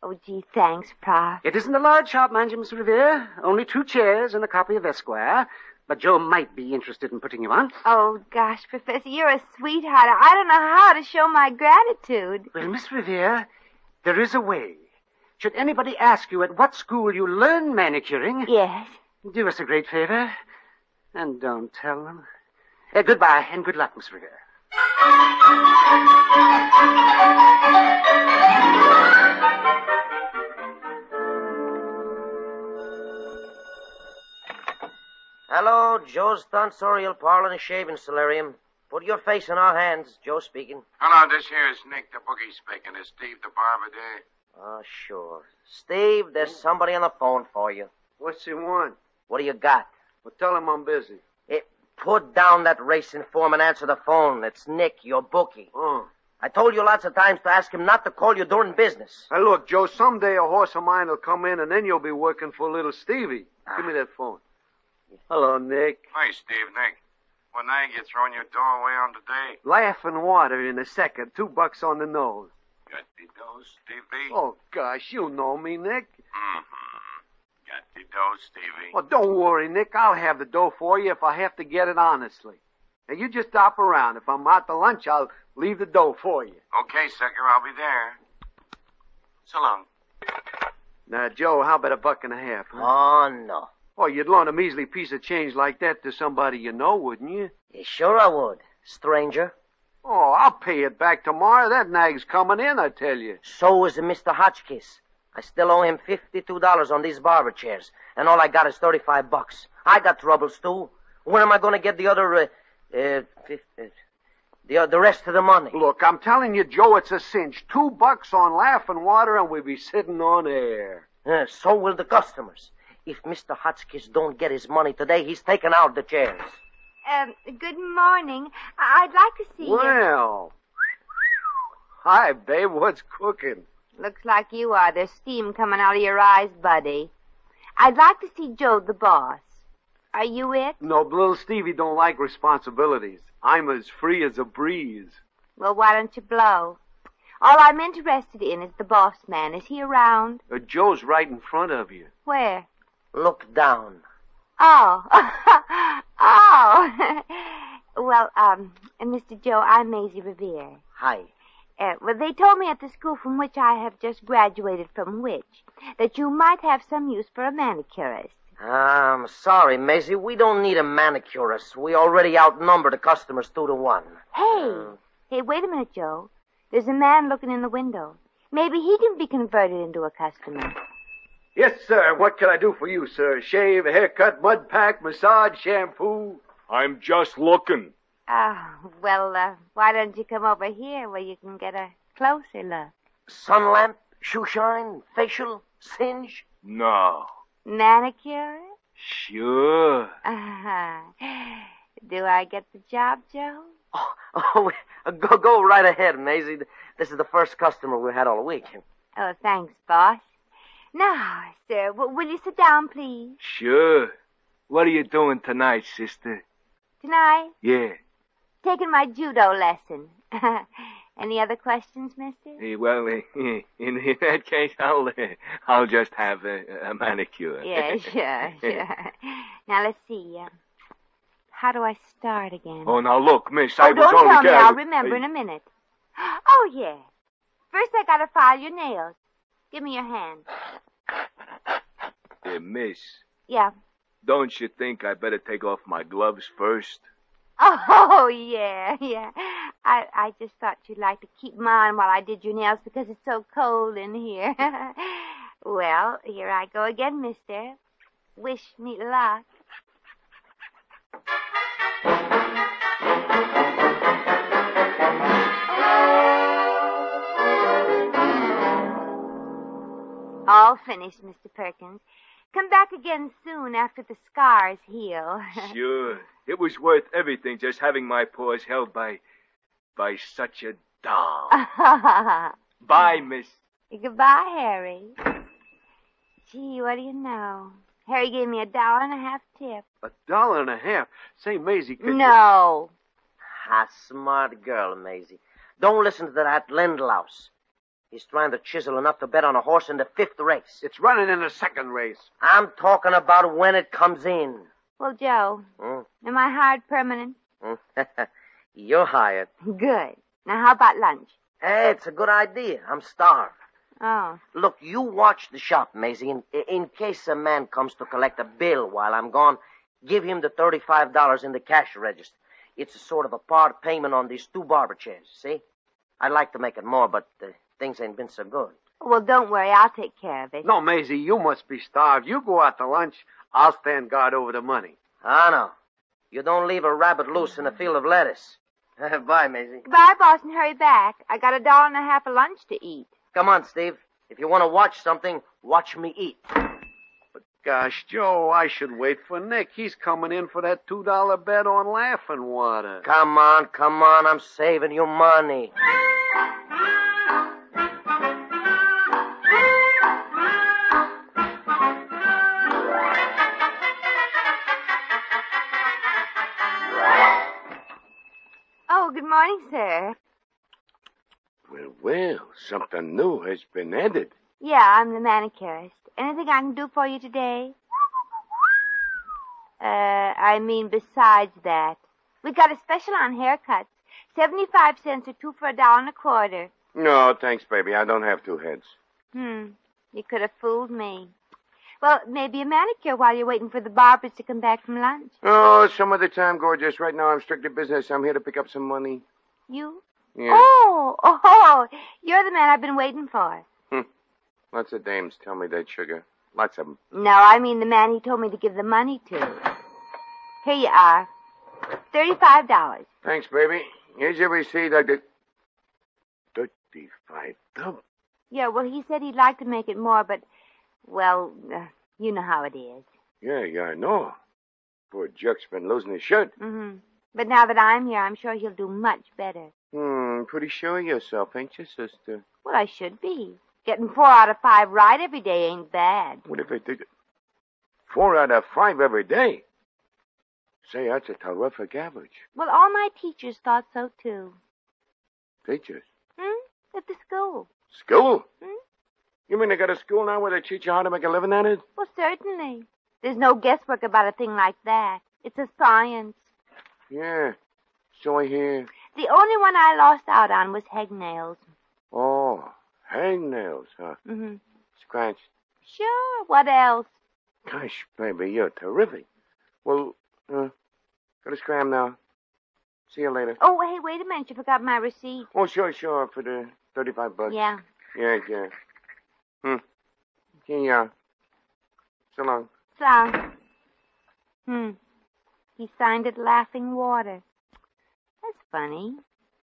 S5: Oh, gee, thanks, Prof.
S18: It isn't a large shop, mind you, Miss Revere. Only two chairs and a copy of Esquire. But Joe might be interested in putting you on.
S5: Oh, gosh, Professor, you're a sweetheart. I don't know how to show my gratitude.
S18: Well, Miss Revere, there is a way. Should anybody ask you at what school you learn manicuring?
S5: Yes.
S18: Do us a great favor, and don't tell them. Uh, goodbye, and good luck, Miss Revere.
S7: Hello, Joe's Tonsorial Parlor and Shaving Solarium. Put your face in our hands. Joe speaking.
S19: Hello, this here is Nick the Boogie speaking. Is Steve the barber there?
S7: Oh, sure. Steve, there's somebody on the phone for you.
S20: What's he want?
S7: What do you got?
S20: Well, tell him I'm busy.
S7: It, put down that racing form and answer the phone. It's Nick, your bookie.
S20: Oh.
S7: I told you lots of times to ask him not to call you during business.
S20: Hey, look, Joe, someday a horse of mine will come in, and then you'll be working for little Stevie. Give me that phone. Hello, Nick.
S19: Hey, Steve, Nick. When I get thrown your doorway on today,
S20: Laughing water in a second. Two bucks on the nose.
S19: got the dose, Stevie?
S20: Oh, gosh, you know me, Nick.
S19: Mm-hmm. Got the dose, Stevie.
S20: Well, don't worry, Nick. I'll have the dough for you if I have to get it honestly. Now, you just hop around. If I'm out to lunch, I'll leave the dough for you.
S19: Okay, sucker, I'll be there. So long.
S20: Now, Joe, how about a buck and a half? Huh?
S7: Oh, no.
S20: Oh, you'd loan a measly piece of change like that to somebody you know, wouldn't you?
S7: Yeah, sure I would, stranger.
S20: Oh, I'll pay it back tomorrow. That nag's coming in, I tell you.
S7: So is Mr. Hotchkiss. I still owe him $52 on these barber chairs, and all I got is 35 bucks. I got troubles, too. When am I going to get the other, uh, uh, fif- uh, the, the rest of the money?
S20: Look, I'm telling you, Joe, it's a cinch. Two bucks on laughing water, and we'll be sitting on air.
S7: Uh, so will the customers. If Mr. Hotchkiss don't get his money today, he's taking out the chairs.
S5: Um, good morning. I- I'd like to see
S20: Well. Hi, babe. What's cooking?
S5: you. Looks like you are. There's steam coming out of your eyes, buddy. I'd like to see Joe, the boss. Are you it?
S20: No, little Stevie don't like responsibilities. I'm as free as a breeze.
S5: Well, why don't you blow? All I'm interested in is the boss man. Is he around?
S20: Uh, Joe's right in front of you.
S5: Where?
S7: Look down.
S5: Oh. <laughs> oh. well, um, Mr. Joe, I'm Maisie Revere.
S7: Hi.
S5: Uh, well, they told me at the school from which I have just graduated from which that you might have some use for a manicurist.
S7: I'm sorry, Maisie. We don't need a manicurist. We already outnumber the customers two to one.
S5: Hey, hey, wait a minute, Joe. There's a man looking in the window. Maybe he can be converted into a customer.
S20: Yes, sir. What can I do for you, sir? Shave, haircut, mud pack, massage, shampoo?
S21: I'm just looking.
S5: Oh, well, uh, why don't you come over here where you can get a closer look?
S7: Sun lamp, shoe shine, facial, <laughs> singe.
S21: No.
S5: Manicure?
S21: Sure.
S5: Uh-huh. Do I get the job, Joe?
S7: Oh, go, go right ahead, Maisie. This is the first customer we had all week.
S5: Oh, thanks, boss. Now, sir, w- will you sit down, please?
S21: Sure. What are you doing tonight, sister?
S5: Tonight,
S21: Yeah.
S5: taking my judo lesson. <laughs> Any other questions, mister?
S21: Eh, Well, eh, <laughs> in, in that case, I'll eh, I'll just have a, a manicure. <laughs>
S5: Yeah, <laughs> sure, sure. Now, let's see. Uh, how do I start again?
S21: Oh, now look, miss,
S5: Oh,
S21: I was
S5: don't
S21: only
S5: tell me.
S21: gathering-
S5: I'll remember in a minute. Oh, yeah. First, I gotta file your nails. Give me your hand.
S21: Eh, miss,
S5: Yeah.
S21: don't you think I better take off my gloves
S5: <laughs>
S21: first?
S5: Oh, yeah, yeah. I, I just thought you'd like to keep mine while I did your nails because it's so cold in here. <laughs> well, here I go again, mister. Wish me luck. All finished, Mr. Perkins. Come back again soon after the scars heal.
S21: Sure. It was worth everything just having my paws held by by such a doll.
S5: <laughs>
S21: Bye, miss.
S5: Goodbye, Harry. Gee, what do you know? Harry gave me a dollar and a half tip.
S20: A dollar and a half. Say, Maisie, could
S5: No.
S7: Ah, smart girl, Maisie. Don't listen to that Lindlaus. He's trying to chisel enough to bet on a horse in the fifth race.
S20: It's running in the second race.
S7: I'm talking about when it comes in.
S5: Well, Joe,
S7: Mm.
S5: am I hired permanent?
S7: <laughs> You're hired.
S5: Good. Now, how about lunch?
S7: Hey, it's a good idea. I'm starved.
S5: Oh,
S7: Look, you watch the shop, Maisie. In, in case a man comes to collect a bill while I'm gone, give him the $35 in the cash register. It's a sort of a part payment on these two barber chairs, see? I'd like to make it more, but uh, things ain't been so good.
S5: well, don't worry. I'll take care of it.
S20: No, Maisie, you must be starved. You go out to lunch. I'll stand guard over the money.
S7: I know. You don't leave a rabbit loose in a field of lettuce. <laughs> Bye, Maisie.
S5: Goodbye, boss, and hurry back. I got a dollar and a half of lunch to eat.
S7: Come on, Steve. If you want to watch something, watch me eat.
S20: Gosh, Joe, I should wait for Nick. He's coming in for that two dollar bet on Laughing Water.
S7: Come on, come on. I'm saving you money.
S5: Oh, good morning, sir.
S10: Well, well, something new has been added.
S5: Yeah, I'm the manicurist. Anything I can do for you today? Uh, I mean, besides that, we got a special on haircuts. Seventy-five cents or two for a dollar and a quarter.
S10: No, thanks, baby. I don't have two heads.
S5: Hmm. You could have fooled me. Well, maybe a manicure while you're waiting for the barbers to come back from lunch.
S10: Oh, some other time, gorgeous. Right now, I'm strictly business. I'm here to pick up some money.
S5: You?
S10: Yeah.
S5: Oh, oh, you're the man I've been waiting for.
S10: Lots of dames tell me that, sugar. Lots of 'em.
S5: No, I mean the man he told me to give the money to. Here you are. Thirty-five dollars.
S10: Thanks, baby. Here's your receipt. I did. Thirty-five dollars.
S5: Yeah, well, he said he'd like to make it more, but, well, uh, you know how it is.
S10: Yeah, yeah, I know. Poor Juck's been losing his shirt.
S5: hmm But now that I'm here, I'm sure he'll do much better.
S10: Hmm, pretty sure of yourself, ain't you, sister?
S5: Well, I should be. Getting four out of five right every day ain't bad.
S10: What if I did four out of five every day? Say, that's a terrific average.
S5: Well, all my teachers thought so, too.
S10: Teachers.
S5: Hmm? At the school.
S10: School?
S5: Hmm?
S10: You mean they got a school now where they teach you how to make a living at it?
S5: Well, certainly. There's no guesswork about a thing like that. It's a science.
S10: Yeah. So I hear.
S5: The only one I lost out on was hangnails.
S10: Oh, hangnails, huh?
S5: Mm-hmm.
S10: Scratch.
S5: Sure, what else?
S10: Gosh, baby, you're terrific. Well, uh, go to scram now. See you later.
S5: Oh, hey, wait a minute. You forgot my receipt.
S10: Oh, sure, sure, for the 35 bucks.
S5: Yeah.
S10: Yeah, yeah. Hmm. Here you are. So long.
S5: So, hmm. He signed it Laughing Water. That's funny.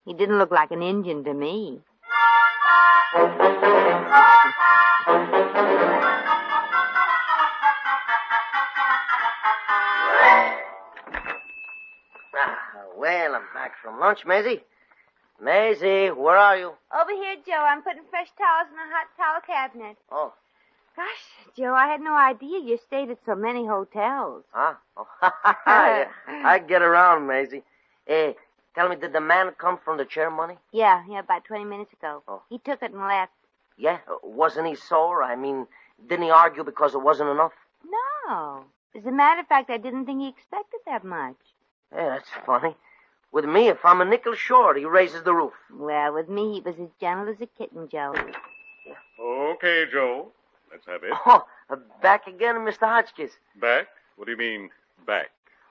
S5: He didn't look like an Indian to me.
S7: Ah, well, I'm back from lunch, Maisie. Maisie, where are you?
S5: Over here, Joe. I'm putting fresh towels in the hot towel cabinet.
S7: Oh,
S5: Gosh, Joe, I had no idea you stayed at so many hotels.
S7: huh? <laughs> Oh, yeah, I get around, Maisie. Hey, tell me, did the man come from the chair money?
S5: Yeah, yeah, about 20 minutes ago. He took it and left.
S7: Yeah, uh, wasn't he sore? I mean, didn't he argue because it wasn't enough?
S5: No. As a matter of fact, I didn't think he expected that much.
S7: Yeah, Eh, that's funny. With me, if I'm a nickel short, he raises the roof.
S5: Well, with me, he was as gentle as a kitten, Joe.
S1: Okay, Joe. Let's have it.
S7: Oh, back again, Mr. Hotchkiss.
S1: Back? What do you mean, back?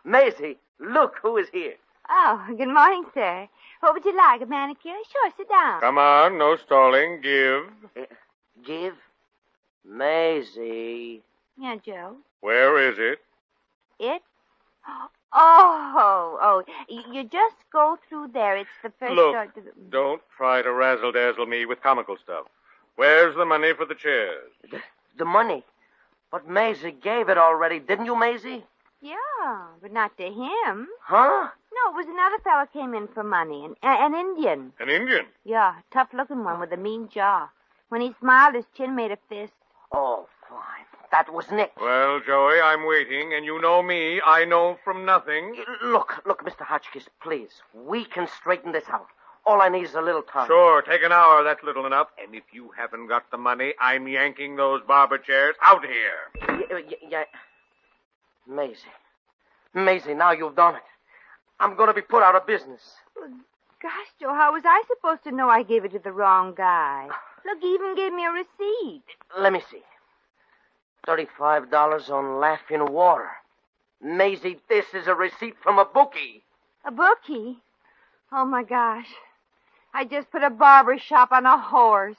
S7: Maisie, look who is here.
S5: Oh, good morning, sir. What would you like, a manicure? Sure, sit down.
S1: Come on, no stalling. Give.
S7: Eh, Give? Maisie.
S5: Yeah, Joe.
S1: Where is it?
S5: It? <gasps> Oh, oh, y- you just go through there. It's the first
S1: Look.
S5: door to the...
S1: Don't try to razzle dazzle me with comical stuff. Where's the money for the chairs?
S7: The money. But Maisie gave it already, didn't you, Maisie?
S5: Yeah, but not to him.
S7: Huh?
S5: No, it was another fellow came in for money, an, an Indian.
S1: An Indian?
S5: Yeah, tough looking one with a mean jaw. When he smiled, his chin made a fist.
S7: Oh, fine. That was Nick.
S1: Well, Joey, I'm waiting, and you know me. I know from nothing.
S7: Look, look, Mr. Hotchkiss, please. We can straighten this out. All I need is a little time.
S1: Sure, take an hour. That's little enough. And if you haven't got the money, I'm yanking those barber chairs out here.
S7: Y- y- y- Maisie. Maisie, now you've done it. I'm going to be put out of business.
S5: Gosh, Joe, how was I supposed to know I gave it to the wrong guy? Look, he even gave me a receipt.
S7: Let me see. $35 on laughing water. Maisie, this is a receipt from a bookie.
S5: A bookie? Oh, my gosh. I just put a barber shop on a horse.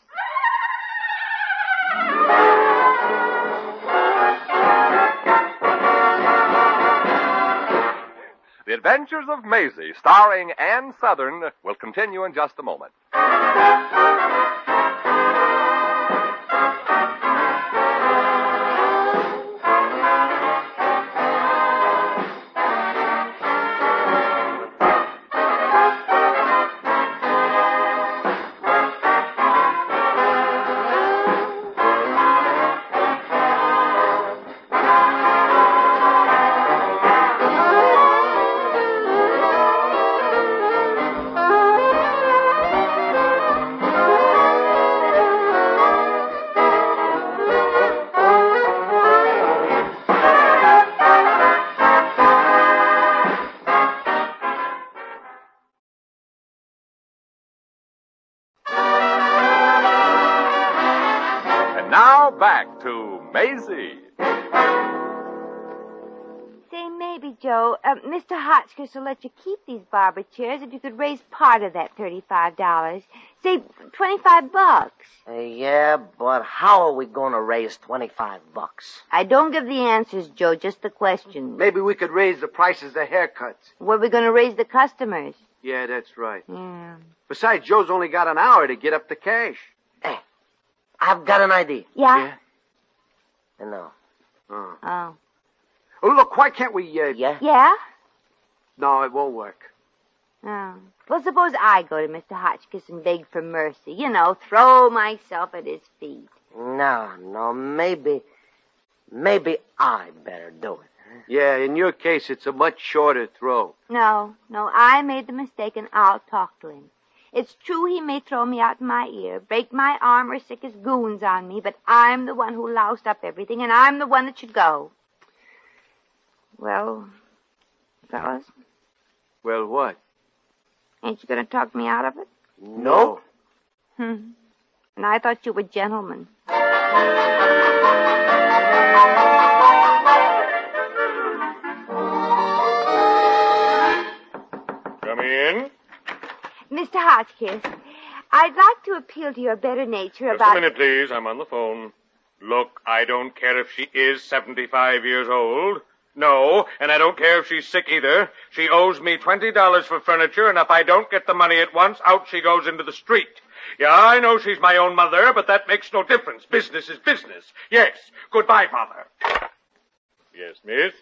S4: The Adventures of Maisie, starring Ann Southern, will continue in just a moment. And now back to Maisie.
S5: Say, maybe, Joe, uh, Mr. Hotchkiss will let you keep these barber chairs if you could raise part of that $35. Say, 25 bucks.
S7: Uh, yeah, but how are we going to raise 25 bucks?
S5: I don't give the answers, Joe, just the questions.
S20: Maybe we could raise the prices of haircuts.
S5: What are we going to raise the customers?
S20: Yeah, that's right.
S5: Yeah.
S20: Besides, Joe's only got an hour to get up the cash.
S7: Hey, Eh, I've got an idea.
S5: Yeah?
S7: No.
S5: Oh.
S20: Oh, look, why can't we, uh...
S7: Yeah?
S5: Yeah?
S20: No, it won't work.
S5: Oh. Well, suppose I go to Mr. Hotchkiss and beg for mercy. You know, throw myself at his feet.
S7: No, no, maybe, maybe I better do it.
S20: Yeah, in your case, it's a much shorter throw.
S5: No, no, I made the mistake and I'll talk to him. It's true he may throw me out in my ear, break my arm, or sick his goons on me, but I'm the one who loused up everything, and I'm the one that should go. Well, fellas,
S20: Well, what?
S22: Ain't you going to talk me out of it?
S20: No.
S22: Hmm. And I thought you were gentlemen.
S1: Come in.
S5: Mr. Hotchkiss, I'd like to appeal to your better nature
S1: Just a
S5: about.
S1: minute, please. I'm on the phone. Look, I don't care if she is 75 years old. No, and I don't care if she's sick either. She owes me $20 for furniture, and if I don't get the money at once, out she goes into the street. Yeah, I know she's my own mother, but that makes no difference. Business is business. Yes. Goodbye, Father. Yes, miss.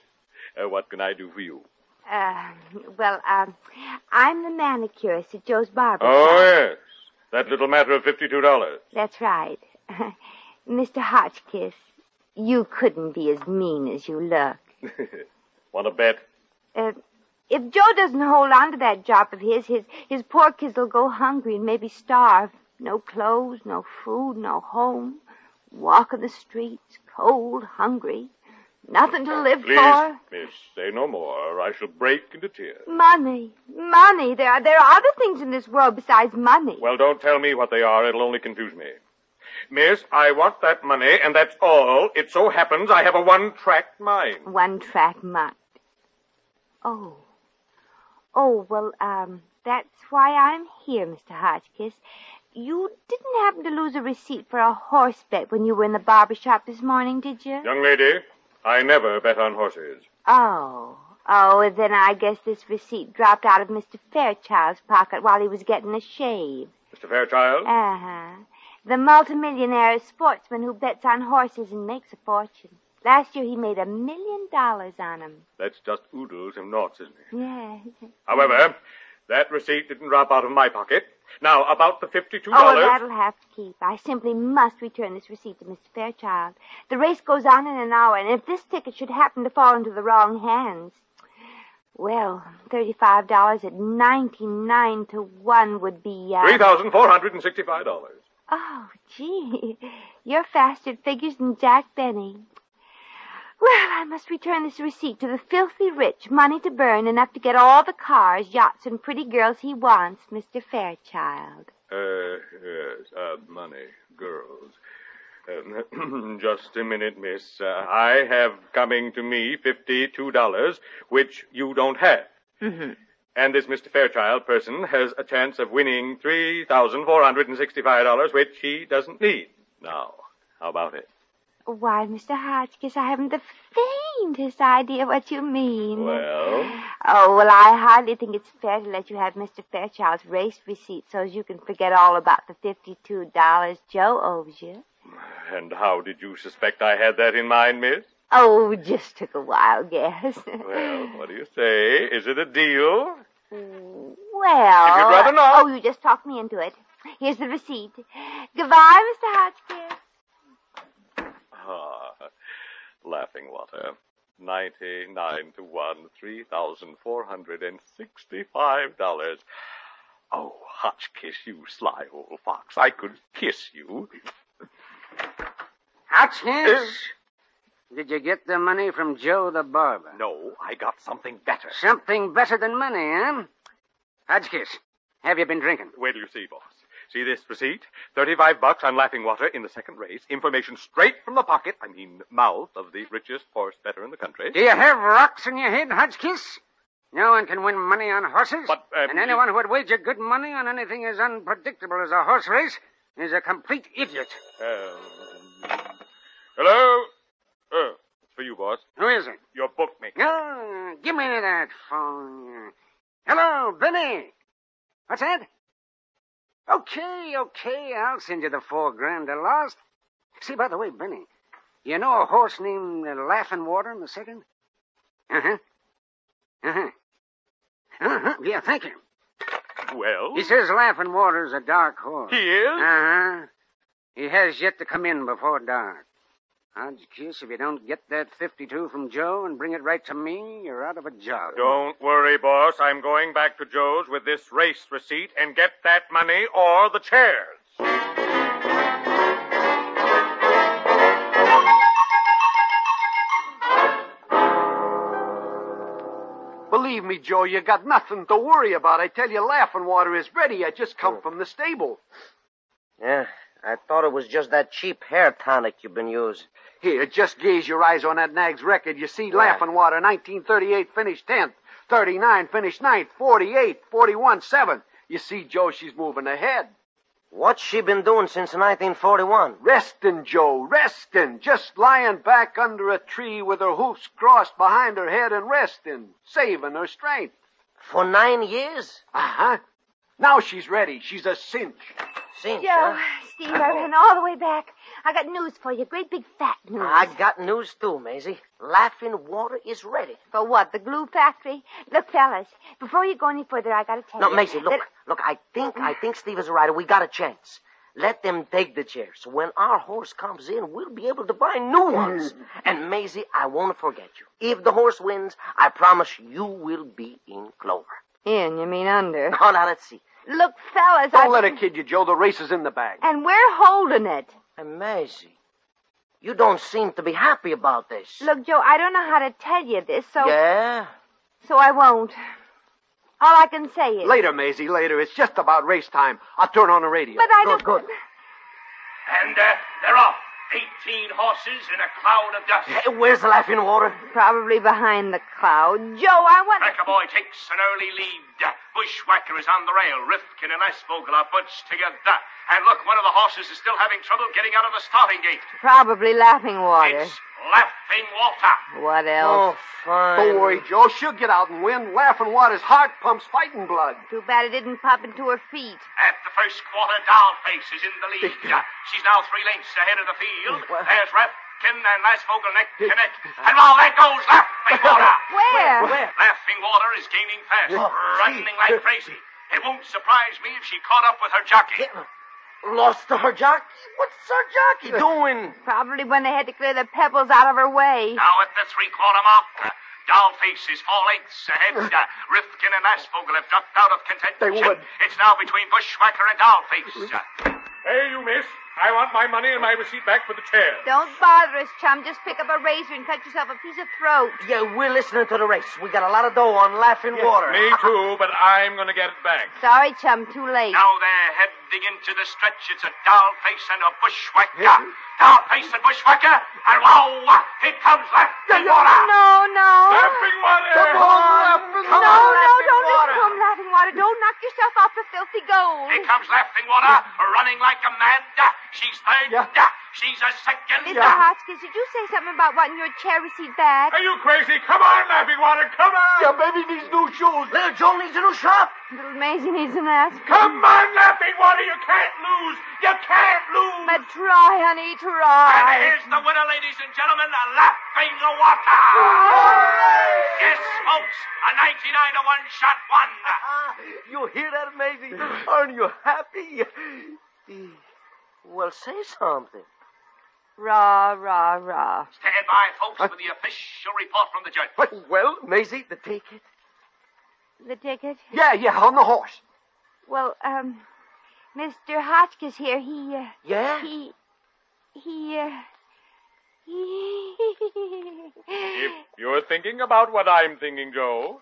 S1: Uh, what can I do for you?
S5: Uh, well, um, I'm the manicurist at Joe's barber.
S1: Oh,
S5: shop.
S1: yes. That little matter of $52.
S5: That's right. <laughs> Mr. Hotchkiss, you couldn't be as mean as you look.
S1: Want to bet?
S5: Uh, if Joe doesn't hold on to that job of his, his, his poor kids will go hungry and maybe starve. No clothes, no food, no home. Walk in the streets, cold, hungry. Nothing to live
S1: Please,
S5: for.
S1: miss, say no more, or I shall break into tears.
S5: Money, money. There are, there are other things in this world besides money.
S1: Well, don't tell me what they are. It'll only confuse me. Miss, I want that money, and that's all. It so happens I have a one-track mind.
S5: One track mind. Oh. Oh, well, um, that's why I'm here, Mr. Hotchkiss. You didn't happen to lose a receipt for a horse bet when you were in the barber shop this morning, did you?
S1: Young lady, I never bet on horses.
S5: Oh. Oh, then I guess this receipt dropped out of Mr. Fairchild's pocket while he was getting a shave.
S1: Mr. Fairchild?
S5: Uh huh. The multimillionaire sportsman who bets on horses and makes a fortune. Last year he made a million dollars on them.
S1: That's just oodles and noughts, isn't it?
S5: Yes.
S1: However, that receipt didn't drop out of my pocket. Now, about the $52.
S5: Oh, that'll have to keep. I simply must return this receipt to Mr. Fairchild. The race goes on in an hour, and if this ticket should happen to fall into the wrong hands, well, thirty-five dollars at ninety-nine to one would be uh,
S1: $3,465.
S5: Oh, gee, you're faster at figures than Jack Benny. Well, I must return this receipt to the filthy rich, money to burn, enough to get all the cars, yachts, and pretty girls he wants, Mr. Fairchild.
S1: Uh, yes, uh, money, girls. Um, <clears throat> just a minute, miss. Uh, I have coming to me $52, which you don't have.
S5: Mm-hmm.
S1: And this Mr. Fairchild person has a chance of winning $3,465, which he doesn't need. Now, how about it?
S5: Why, Mr. Hotchkiss, I haven't the faintest idea what you mean.
S1: Well?
S5: Oh, well, I hardly think it's fair to let you have Mr. Fairchild's race receipt so as you can forget all about the $52 Joe owes you.
S1: And how did you suspect I had that in mind, miss?
S5: Oh, just took a wild guess.
S1: Well, what do you say? Is it a deal?
S5: <laughs> Well.
S1: If you'd rather
S5: not. Oh, you just talked me into it. Here's the receipt. Goodbye, Mr. Hotchkiss.
S1: Ah, <laughs> laughing water. 99 to 1, $3,465. Oh, Hotchkiss, you sly old fox. I could kiss you.
S23: Hotchkiss? Did you get the money from Joe the barber?
S1: No, I got something better.
S23: Something better than money, eh? Hotchkiss, have you been drinking?
S1: Wait till you see, boss. See this receipt? 35 bucks on laughing water in the second race. Information straight from the pocket, I mean mouth, of the richest horse better in the country.
S23: Do you have rocks in your head, Hotchkiss? No one can win money on horses.
S1: But, um,
S23: and anyone who would wager good money on anything as unpredictable as a horse race is a complete idiot.
S1: Um, hello? Oh, it's for you, boss.
S23: Who is it?
S1: Your bookmaker.
S23: Oh, give me that phone. Hello, Benny. What's that? Okay, okay, I'll send you the four grand I lost. See, by the way, Benny, you know a horse named uh, Laughing Water in the second? Uh huh. Uh huh. Uh huh. Yeah, thank you.
S1: Well?
S23: He says Laughing Water's a dark horse.
S1: He is?
S23: Uh huh. He has yet to come in before dark. I'd kiss if you don't get that 52 from Joe and bring it right to me, you're out of a job.
S1: Don't worry, boss. I'm going back to Joe's with this race receipt and get that money or the chairs.
S20: Believe me, Joe, you got nothing to worry about. I tell you, laughing water is ready. I just
S7: Oh.
S20: come from the stable.
S7: Yeah, I thought it was just that cheap hair tonic you've been using.
S20: Here, just gaze your eyes on that nag's record. You see, Laughing Water, 1938 finished 10th, 39 finished 9th, 48, 41, 7th. You see, Joe, she's moving ahead.
S7: What's she been doing since 1941?
S20: Resting, Joe, resting. Just lying back under a tree with her hoofs crossed behind her head and resting, saving her strength.
S7: For nine years?
S20: Uh huh. Now she's ready. She's a cinch.
S7: Cinch?
S12: Joe, Steve, I ran all the way back. I got news for you. Great big fat news.
S7: Hmm. I got news too, Maisie. Laughing Water is ready.
S12: For what? The glue factory? Look, fellas, before you go any further, I
S5: Oh,
S12: gotta tell
S7: No,
S12: you.
S7: Maisie, look,
S12: that-
S7: look. I think, I think Steve is right. We got a chance. Let them take the chairs. When our horse comes in, we'll be able to buy new ones. And Maisie, I won't forget you. If the horse wins, I promise you will be in clover.
S5: In, you
S7: <laughs>
S5: mean under.
S7: Oh, now let's see.
S5: Look, fellas,
S20: Don't
S5: I...
S20: let her kid you, Joe. The race is in the bag.
S5: And we're holding it.
S7: And Maisie, you don't seem to be happy about this.
S5: Look, Joe, I don't know how to tell you this, so...
S7: Yeah?
S5: So I won't. All I can say is...
S20: Later, Maisie, later. It's just about race time. I'll turn on the radio.
S5: But I don't...
S2: And uh, they're off. Eighteen horses in a cloud of dust.
S7: Hey, where's the laughing water?
S5: Probably behind the cloud. Joe, I want...
S2: Boy takes an early lead. Bushwhacker is on the rail. Rifkin and Eisvogel are bunched together. And look, one of the horses is still having trouble getting out of the starting gate.
S5: Probably laughing water.
S2: Laughing Walter.
S5: What
S7: Oh,
S5: else?
S7: fine.
S20: Don't worry, Joe. She'll get out and win. Laughing water's heart pumps fighting blood.
S5: Too bad it didn't pop into her feet.
S2: At the first quarter, Dollface is in the lead. She's now three lengths ahead of the field. There's Rifkin and Eisvogel neck to neck. And now there goes Laughing Walter.
S5: Where? Where?
S2: Laughing Water is gaining fast,
S7: Oh,
S2: running like crazy. It won't surprise me if she caught up with her jockey.
S7: Lost to her jockey? What's her jockey doing?
S5: Probably when they had to clear the pebbles out of her way.
S2: Now at the three-quarter mark, Dollface is four lengths ahead. Uh, Rifkin and Asvogel have dropped out of contention.
S1: They would.
S2: It's now between Bushwhacker and Dollface.
S1: Hey, you miss. I want my money and my receipt back for the chair.
S5: Don't bother us, chum. Just pick up a razor and cut yourself a piece of throat.
S7: Yeah, we're listening to the race. We got a lot of dough on laughing water.
S1: Me too, but I'm going to get it back.
S5: Sorry, chum. Too late.
S2: Now they're heading into the stretch. It's a Dollface and a Bushwhacker. Dollface and Bushwhacker. And wow, here comes Laughing Water.
S5: No, no.
S2: Laughing Water.
S5: Come on,
S2: Laughing
S5: no, no, don't listen to him, laughing water. Don't knock yourself off the filthy gold.
S2: Here comes Laughing Water, running like a mad. She's third. She's a second.
S5: Mr. Hotchkiss, did you say something about wanting your chair receipt back?
S1: Are you crazy? Come on, Laughing Water, come on!
S2: Yeah,
S20: baby needs new shoes.
S7: Little Joe needs a new shop.
S5: Little Maisie needs an aspirin.
S1: Come on, Laughing Water, you can't lose! You can't lose!
S5: But try, honey,
S2: And
S5: try.
S2: here's the winner, ladies and gentlemen, a Laughing Water. Yes, folks, a 99 to 1 shot <laughs> won.
S7: You hear that,
S20: <sighs>
S7: Maisie? Aren't you happy? <sighs> Well, say something.
S5: Rah, rah, rah.
S2: Stand by, folks, for the official report from the judge.
S7: Well, Maisie, the ticket.
S5: The ticket?
S20: Yeah, yeah, on the horse.
S5: Well, um, Mr. Hotchkiss here, he, uh,
S7: Yeah?
S5: He, he, uh, he, <laughs>
S1: If you're thinking about what I'm thinking, Joe,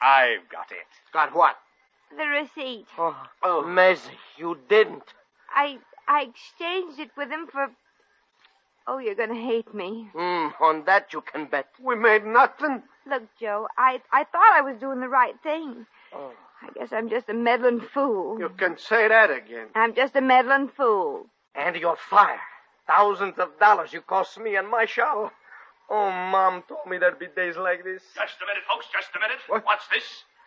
S1: I've got it.
S20: Got what?
S5: the receipt.
S7: Oh, Maisie, you didn't.
S5: I, I exchanged it with him for, oh, you're gonna hate me.
S7: Mm, on that you can bet.
S20: We made nothing.
S5: Look, Joe, I, I thought I was doing the right thing.
S7: Oh.
S5: I guess I'm just a meddling fool.
S20: You can say that again.
S5: I'm just a meddling fool.
S7: And you're fired. Thousands of dollars you cost me and my shop. Oh, Mom told me there'd be days like this. <laughs>
S2: Just a minute, folks, just a minute. What's this?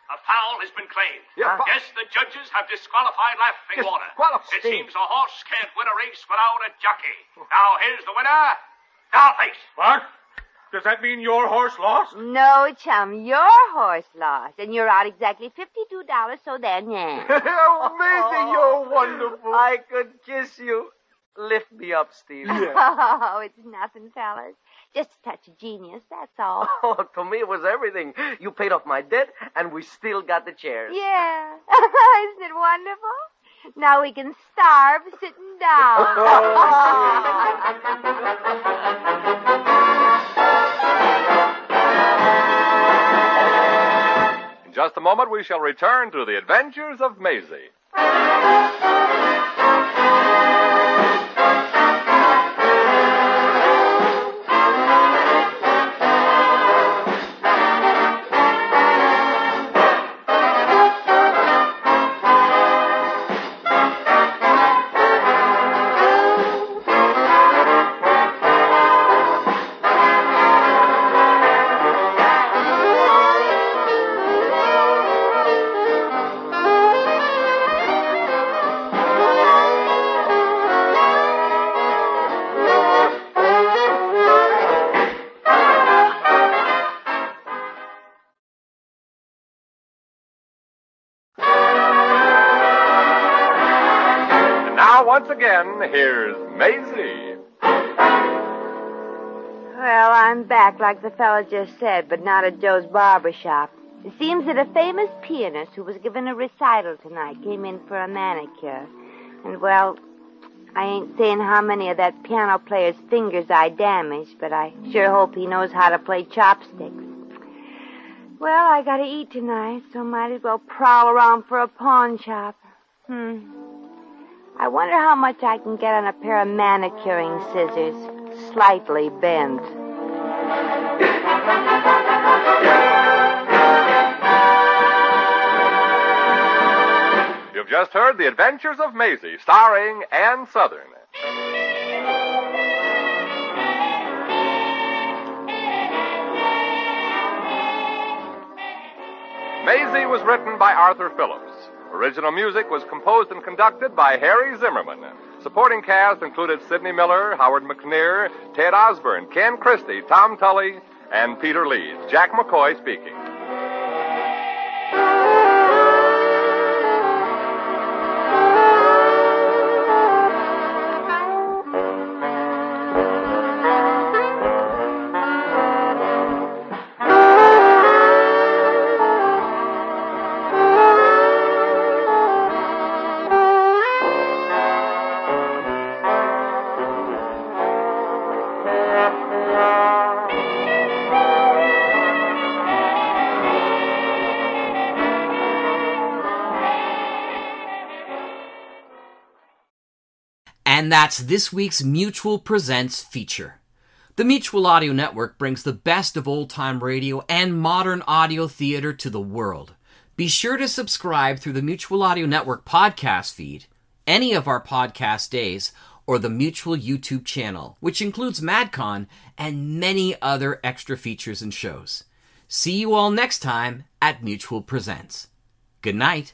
S2: A foul has been claimed.
S7: Yeah, fou-
S2: yes, the judges have disqualified Laughing Water. It seems a horse can't win a race without a jockey. Now, here's the winner, Dollface.
S1: Mark, does that mean your horse lost?
S5: No, chum, your horse lost, and you're out exactly $52, so there,
S7: <laughs>
S5: yeah.
S20: <laughs>
S7: oh, Maisie, you're wonderful. I could kiss you. Lift me up, Steve.
S5: <laughs> <laughs> Oh, it's nothing, fellas. Just a touch of genius, that's
S20: <laughs>
S5: all.
S7: Oh, to me it was everything. You paid off my debt, and we still got the chairs.
S5: Yeah. <laughs> Isn't it wonderful? Now we can starve sitting
S20: Oh,
S5: <laughs> down.
S4: just a moment, we shall return to the adventures of Maisie. And now, once again, here's Maisie.
S5: Well, I'm back, like the fella just said, but not at Joe's barber shop. It seems that a famous pianist who was given a recital tonight came in for a manicure. And, well, I ain't saying how many of that piano player's fingers I damaged, but I sure hope he knows how to play chopsticks. Well, I gotta eat tonight, so might as well prowl around for a pawn shop. Hmm. I wonder how much I can get on a pair of manicuring scissors, slightly bent.
S4: You've just heard The Adventures of Maisie, starring Ann Southern. Maisie was written by Arthur Phillips. Original music was composed and conducted by Harry Zimmerman. Supporting cast included Sidney Miller, Howard McNear, Ted Osborne, Ken Christie, Tom Tully, and Peter Leeds. Jack McCoy speaking.
S3: And that's this week's Mutual Presents feature. The Mutual Audio Network brings the best of old time radio and modern audio theater to the world. Be sure to subscribe through the Mutual Audio Network podcast feed, any of our podcast days, or the Mutual YouTube channel, which includes MadCon and many other extra features and shows. See you all next time at Mutual Presents. Good night.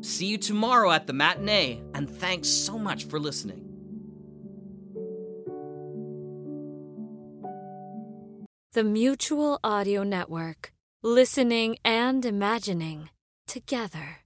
S3: See you tomorrow at the matinee, and thanks so much for listening.
S24: The Mutual Audio Network. Listening and imagining together.